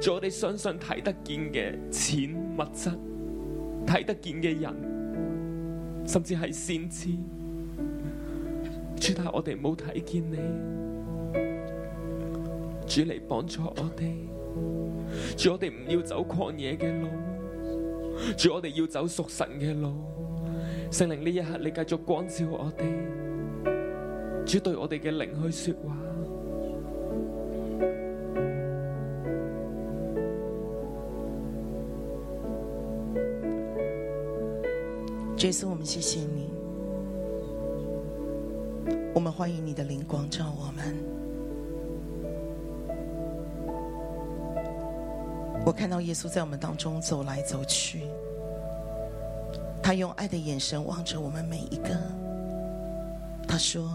S5: 主，我哋相信睇得见嘅钱物质，睇得见嘅人，甚至系先知。主，但系我哋冇睇见你。主嚟帮助我哋，主我哋唔要走旷野嘅路，主我哋要走属神嘅路。圣灵呢一刻，你继续光照我哋，主对我哋嘅灵去说话。
S6: 这次我们谢谢你，我们欢迎你的灵光照我们。我看到耶稣在我们当中走来走去，他用爱的眼神望着我们每一个。他说：“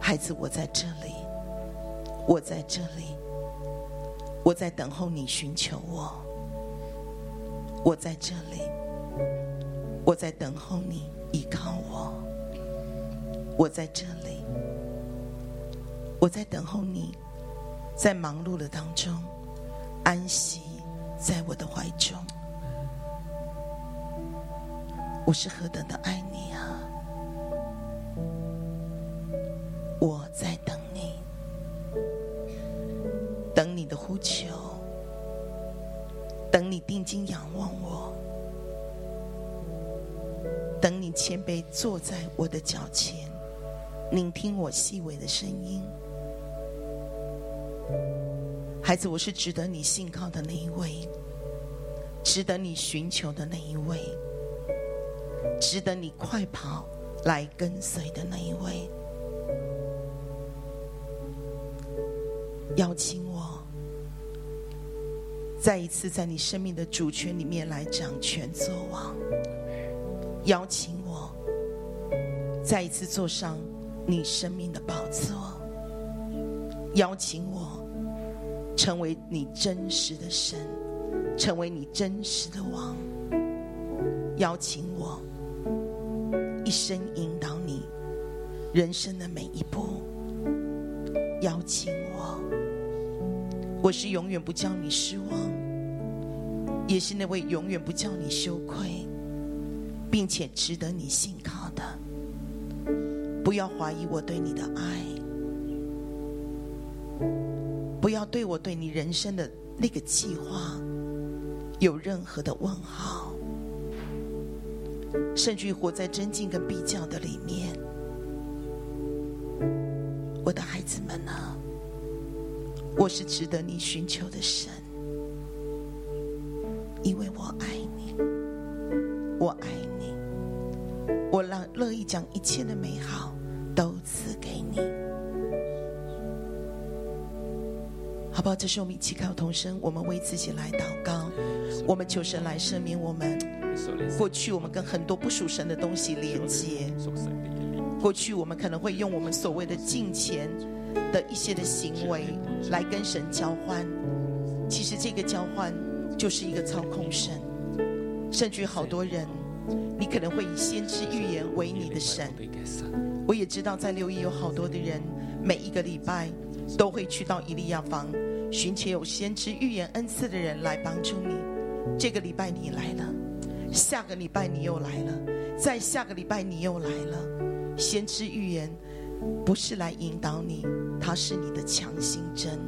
S6: 孩子，我在这里，我在这里，我在等候你寻求我，我在这里。”我在等候你依靠我，我在这里，我在等候你，在忙碌的当中安息在我的怀中。我是何等的爱你啊！我在等你，等你的呼求，等你定睛仰望我。等你谦卑坐在我的脚前，聆听我细微的声音。孩子，我是值得你信靠的那一位，值得你寻求的那一位，值得你快跑来跟随的那一位。邀请我，再一次在你生命的主权里面来掌权作王。邀请我再一次坐上你生命的宝座，邀请我成为你真实的神，成为你真实的王，邀请我一生引导你人生的每一步，邀请我，我是永远不叫你失望，也是那位永远不叫你羞愧。并且值得你信靠的。不要怀疑我对你的爱，不要对我对你人生的那个计划有任何的问号，甚至于活在真敬跟比较的里面。我的孩子们啊，我是值得你寻求的神，因为我爱你。我爱你，我让乐意将一切的美好都赐给你，好不好？这是我们一起靠同声，我们为自己来祷告，我们求神来赦免我们过去我们跟很多不属神的东西连接。
S5: 属神嘅意念
S6: 过去我们可能会用我们所谓的金钱的一些的行为来跟神交换，其实这个交换就是一个操控神，甚至于好多人，你可能会以先知预言为你的神。
S5: 你嘅神，
S6: 我也知道在六一有好多的人，每一个礼拜都会去到以利亚房，寻求有先知预言恩赐的人来帮助你。这个礼拜你来了，下个礼拜你又来了，再下个礼拜你又来了。先知预言不是来引导你，它是你的强心针。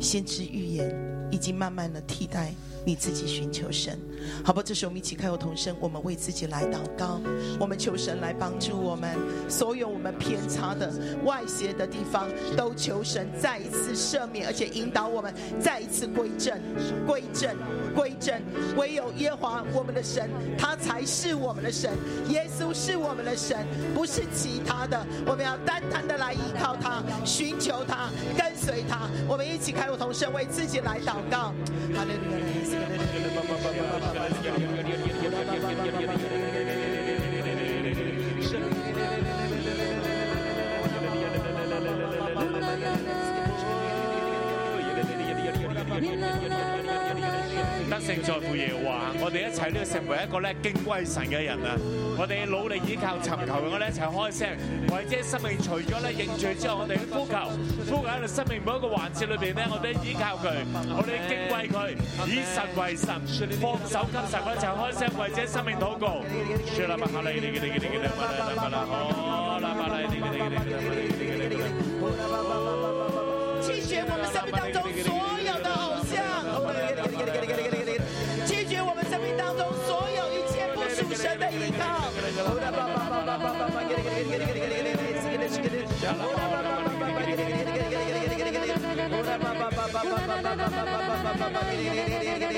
S6: 先知预言已经慢慢的替代你自己寻求神，好不好？这时候我们一起开口同声，我们为自己来祷告，我们求神来帮助我们，所有我们偏差的、外邪的地方，都求神再一次赦免，而且引导我们再一次归正、归正、归正。唯有耶和华我们的神，他才是我们的神，耶稣是我们的神，不是其他的。我们要单单的来依靠他，寻求他，跟随他。我们一起开口同声，为自己来祷告。哈利路亚。
S7: 得勝在乎耶和華，我哋一齊都要成為一個咧敬畏神嘅人啊！我哋努力依靠尋求佢，我哋一齊開聲，為即生命除咗咧認罪之後，我哋去呼求，呼求喺我哋生命每一個環節裏邊咧，我哋依靠佢，我哋敬畏佢，以神為神，放手給神，我哋一齊開聲為即生命禱告。主啦，哈利，你嘅你嘅你嘅啦，啦啦啦，好啦，哈利，你嘅你嘅你嘅你嘅你嘅你嘅。
S6: 拒绝我们生命当中所有的偶像，拒绝我们生命当中所有一切不属神的依靠。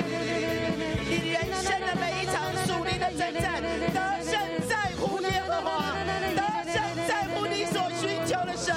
S6: 你人生的每一场属灵的征战，得胜在乎耶和华，得胜在乎你所寻求的神。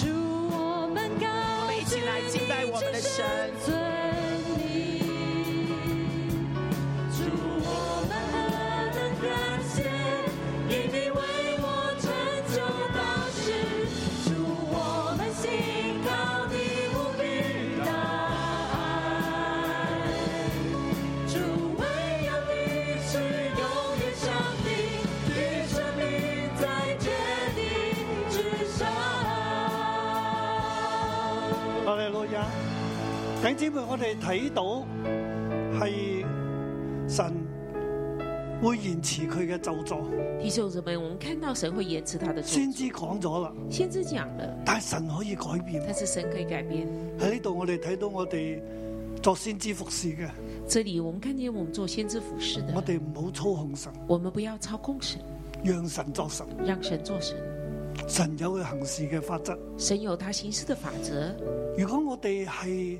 S4: 主，我们高
S6: 们一起来敬拜我们的神
S4: 尊你。主，我们何等感谢，因你为我成就大事。主，我们信靠你无比大爱。主，唯有你是永远上帝，你生命在天地之上。
S2: 我哋老友弟兄姊妹，我哋睇到係神會延遲佢嘅咒詛，
S3: 弟兄姊妹，我们看到神会延迟他的咒
S2: 先
S3: 诅，
S2: 知講咗啦，
S3: 先知讲了，
S2: 但係神可以改變。
S3: 但是神可以改变。
S2: 喺呢度我哋睇到我哋作先知服侍嘅，
S3: 这里我们看见我们做先知服侍
S2: 我
S3: 的，
S2: 哋唔好操控神，
S3: 我们不要操控神，
S2: 讓神作神，
S3: 让神做神。
S2: 神有佢行事嘅法則。
S3: 神有他行事的法则。
S2: 如果我哋係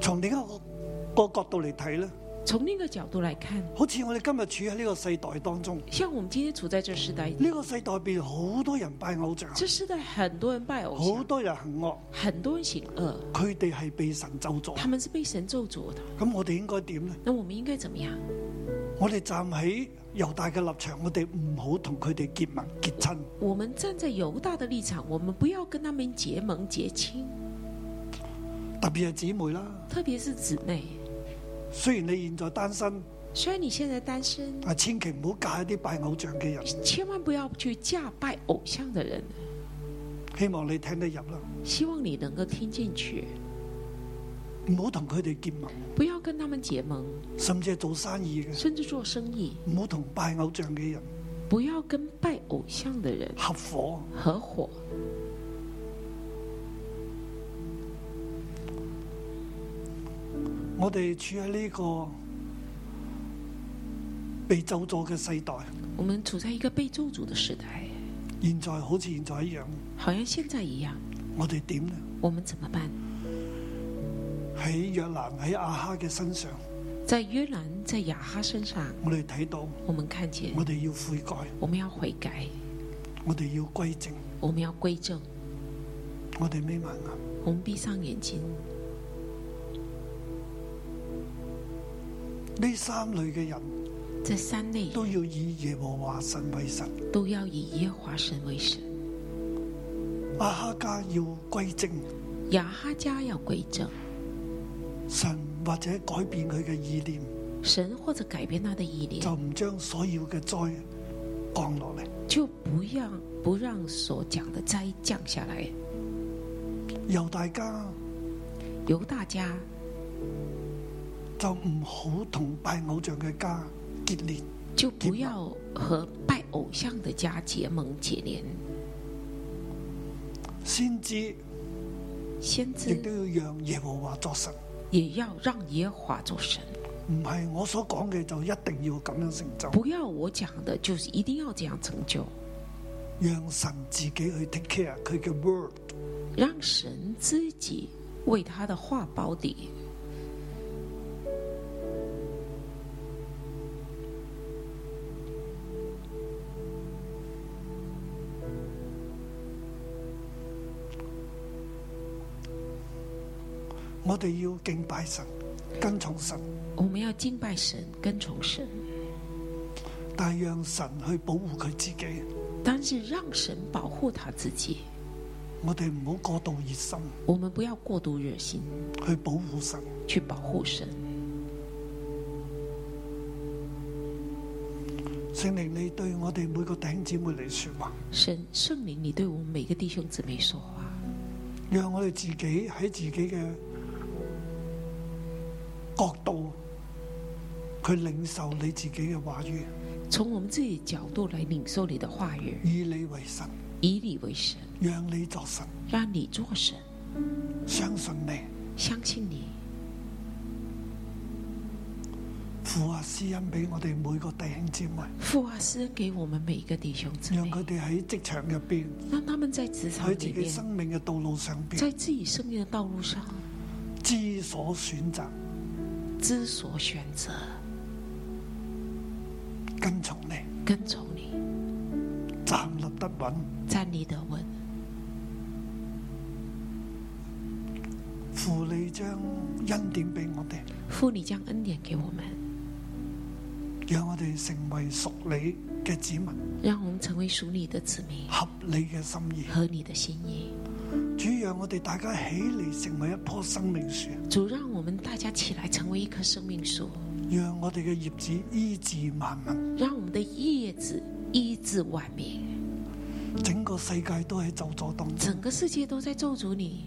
S2: 從另一個角度嚟睇咧，
S3: 从另一个角度来看，
S2: 好似我哋今日處喺呢個世代當中，呢、
S3: 像我们今天处在这时代，
S2: 個世代入邊好多人拜偶像，
S3: 这时代很多人拜偶
S2: 好
S3: 像，
S2: 多人行惡。
S3: 很多人行恶，
S2: 佢哋係被神咒咗，
S3: 他们是被神咒诅的。
S2: 咁我哋應該點呢？
S3: 那我们应该怎么样？
S2: 我哋站喺猶大嘅立場，我哋唔好同佢哋結盟結親，
S3: 我们站在犹大的立场，我们不要跟他们结盟结亲，
S2: 特別係姊妹啦。
S3: 特别是姊妹。
S2: 雖然你現在單身，
S3: 虽然你现在单身，
S2: 啊，千祈唔好嫁一啲拜偶像嘅人。
S3: 千万不要去嫁拜偶像的人。
S2: 希望你聽得入啦，
S3: 希望你能够听进去，
S2: 唔好同佢哋結盟，
S3: 不要跟他们结盟，
S2: 甚至係做生意嘅，
S3: 甚至做生意，
S2: 唔好同拜偶像嘅人
S3: 不要跟拜偶像的人
S2: 合伙。
S3: 合伙。
S2: 我哋處喺呢個被咒詛嘅世代，
S3: 我们处在一个被咒诅的时代，
S2: 現在好似現在一樣，
S3: 好像现在一样，
S2: 我哋點呢？
S3: 我们怎么办？
S2: 喺約蘭喺亞哈嘅身上，
S3: 在约兰，在雅哈身上，
S2: 我哋睇到。
S3: 我们看见
S2: 我哋要悔改，
S3: 我们要悔改，
S2: 我哋要歸正，
S3: 我们要归正，
S2: 我哋眯埋眼。
S3: 我们闭上眼睛。
S2: 呢三類嘅人
S3: 这三类
S2: 都要以耶和華神為神。
S3: 都要以耶和华神为神。
S2: 阿哈家要歸正，
S3: 雅哈家要归正，
S2: 神或者改變佢嘅意念，
S3: 神或者改变他的意念，
S2: 就唔將所有嘅災降落嚟。
S3: 就不让不让所讲的灾降下来。
S2: 由大家
S3: 由大家
S2: 就唔好同拜偶像嘅家結連，
S3: 就不要和拜偶像的家结盟结连，
S2: 先知
S3: 先
S2: 亦
S3: 知
S2: 都要讓耶和華作神。
S3: 也要让耶和華做神。
S2: 唔係我所講嘅就一定要咁樣成就，
S3: 不要我讲的，就是一定要这样成就，
S2: 讓神自己去 take care 佢嘅 word。
S3: 让神自己为他的话保底。
S2: 我哋要敬拜神，跟從神，
S3: 我们要敬拜神，跟从神，
S2: 但係讓神去保護佢自己。
S3: 但是让神保护他自己。
S2: 我哋唔好過度熱心
S3: 我们不要过度热心
S2: 去保護神。
S3: 去保护神。
S2: 聖靈，你對我哋每個弟兄姊妹嚟说話，
S3: 神圣灵，你对我们每个弟兄姊妹说话，
S2: 讓我哋自己喺自己嘅角度去領受你自己嘅話語，
S3: 从我们自己的角度来领受你的话语，
S2: 以你為神，
S3: 以你为神，
S2: 讓你作神，
S3: 让你做神，
S2: 相信你。
S3: 相信你。
S2: 父啊，施恩俾我哋每個弟兄姊妹，
S3: 父啊，施恩给我们每一个弟兄姊
S2: 讓
S3: 妹，
S2: 佢哋喺職場入邊，
S3: 让他们在职
S2: 喺
S3: 场
S2: 自
S3: 里
S2: 己
S3: 面
S2: 生，命嘅道路上邊，
S3: 在自己生命的道路上
S2: 知所選擇，
S3: 知所选择，
S2: 跟從你，
S3: 跟从你，
S2: 站立得穩。
S3: 站立得稳。
S2: 父，你將恩典俾我哋，
S3: 父，你将恩典给我们，
S2: 讓我哋成為屬你嘅子民，
S3: 让我们成为属你的子民，
S2: 合你嘅心意。
S3: 合你的心意。
S2: 主讓我哋大家起嚟成為一棵生命樹，
S3: 主，让我们大家起来，成为一棵生命树，
S2: 讓我哋嘅葉子醫治萬民。
S3: 让我们的叶子医治万民。
S2: 整個世界都喺咒詛當中。
S3: 整个世界都在咒诅你，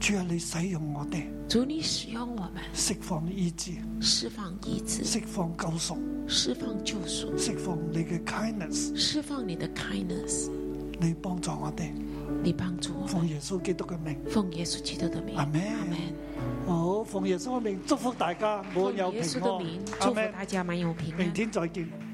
S2: 主啊，你使用我哋，
S3: 主你使用我们
S2: 釋放醫治，
S3: 释放医治，
S2: 釋放救贖，
S3: 释放救赎，
S2: 釋放你嘅 kindness，
S3: 释放你的 kindness，
S2: 你幫助我哋。
S3: 你帮助我
S2: 奉
S3: 们。
S2: 耶穌基督嘅名，
S3: 奉耶稣基督的名，
S2: 阿门
S3: 阿门。
S2: 好，奉耶穌嘅名祝福大家，滿有
S3: 奉耶
S2: 平
S3: 穌的名，
S2: 安。
S3: 祝
S2: 阿
S3: 福
S2: 門。
S3: 大家满有平
S2: 明
S3: 安。
S2: 天再見。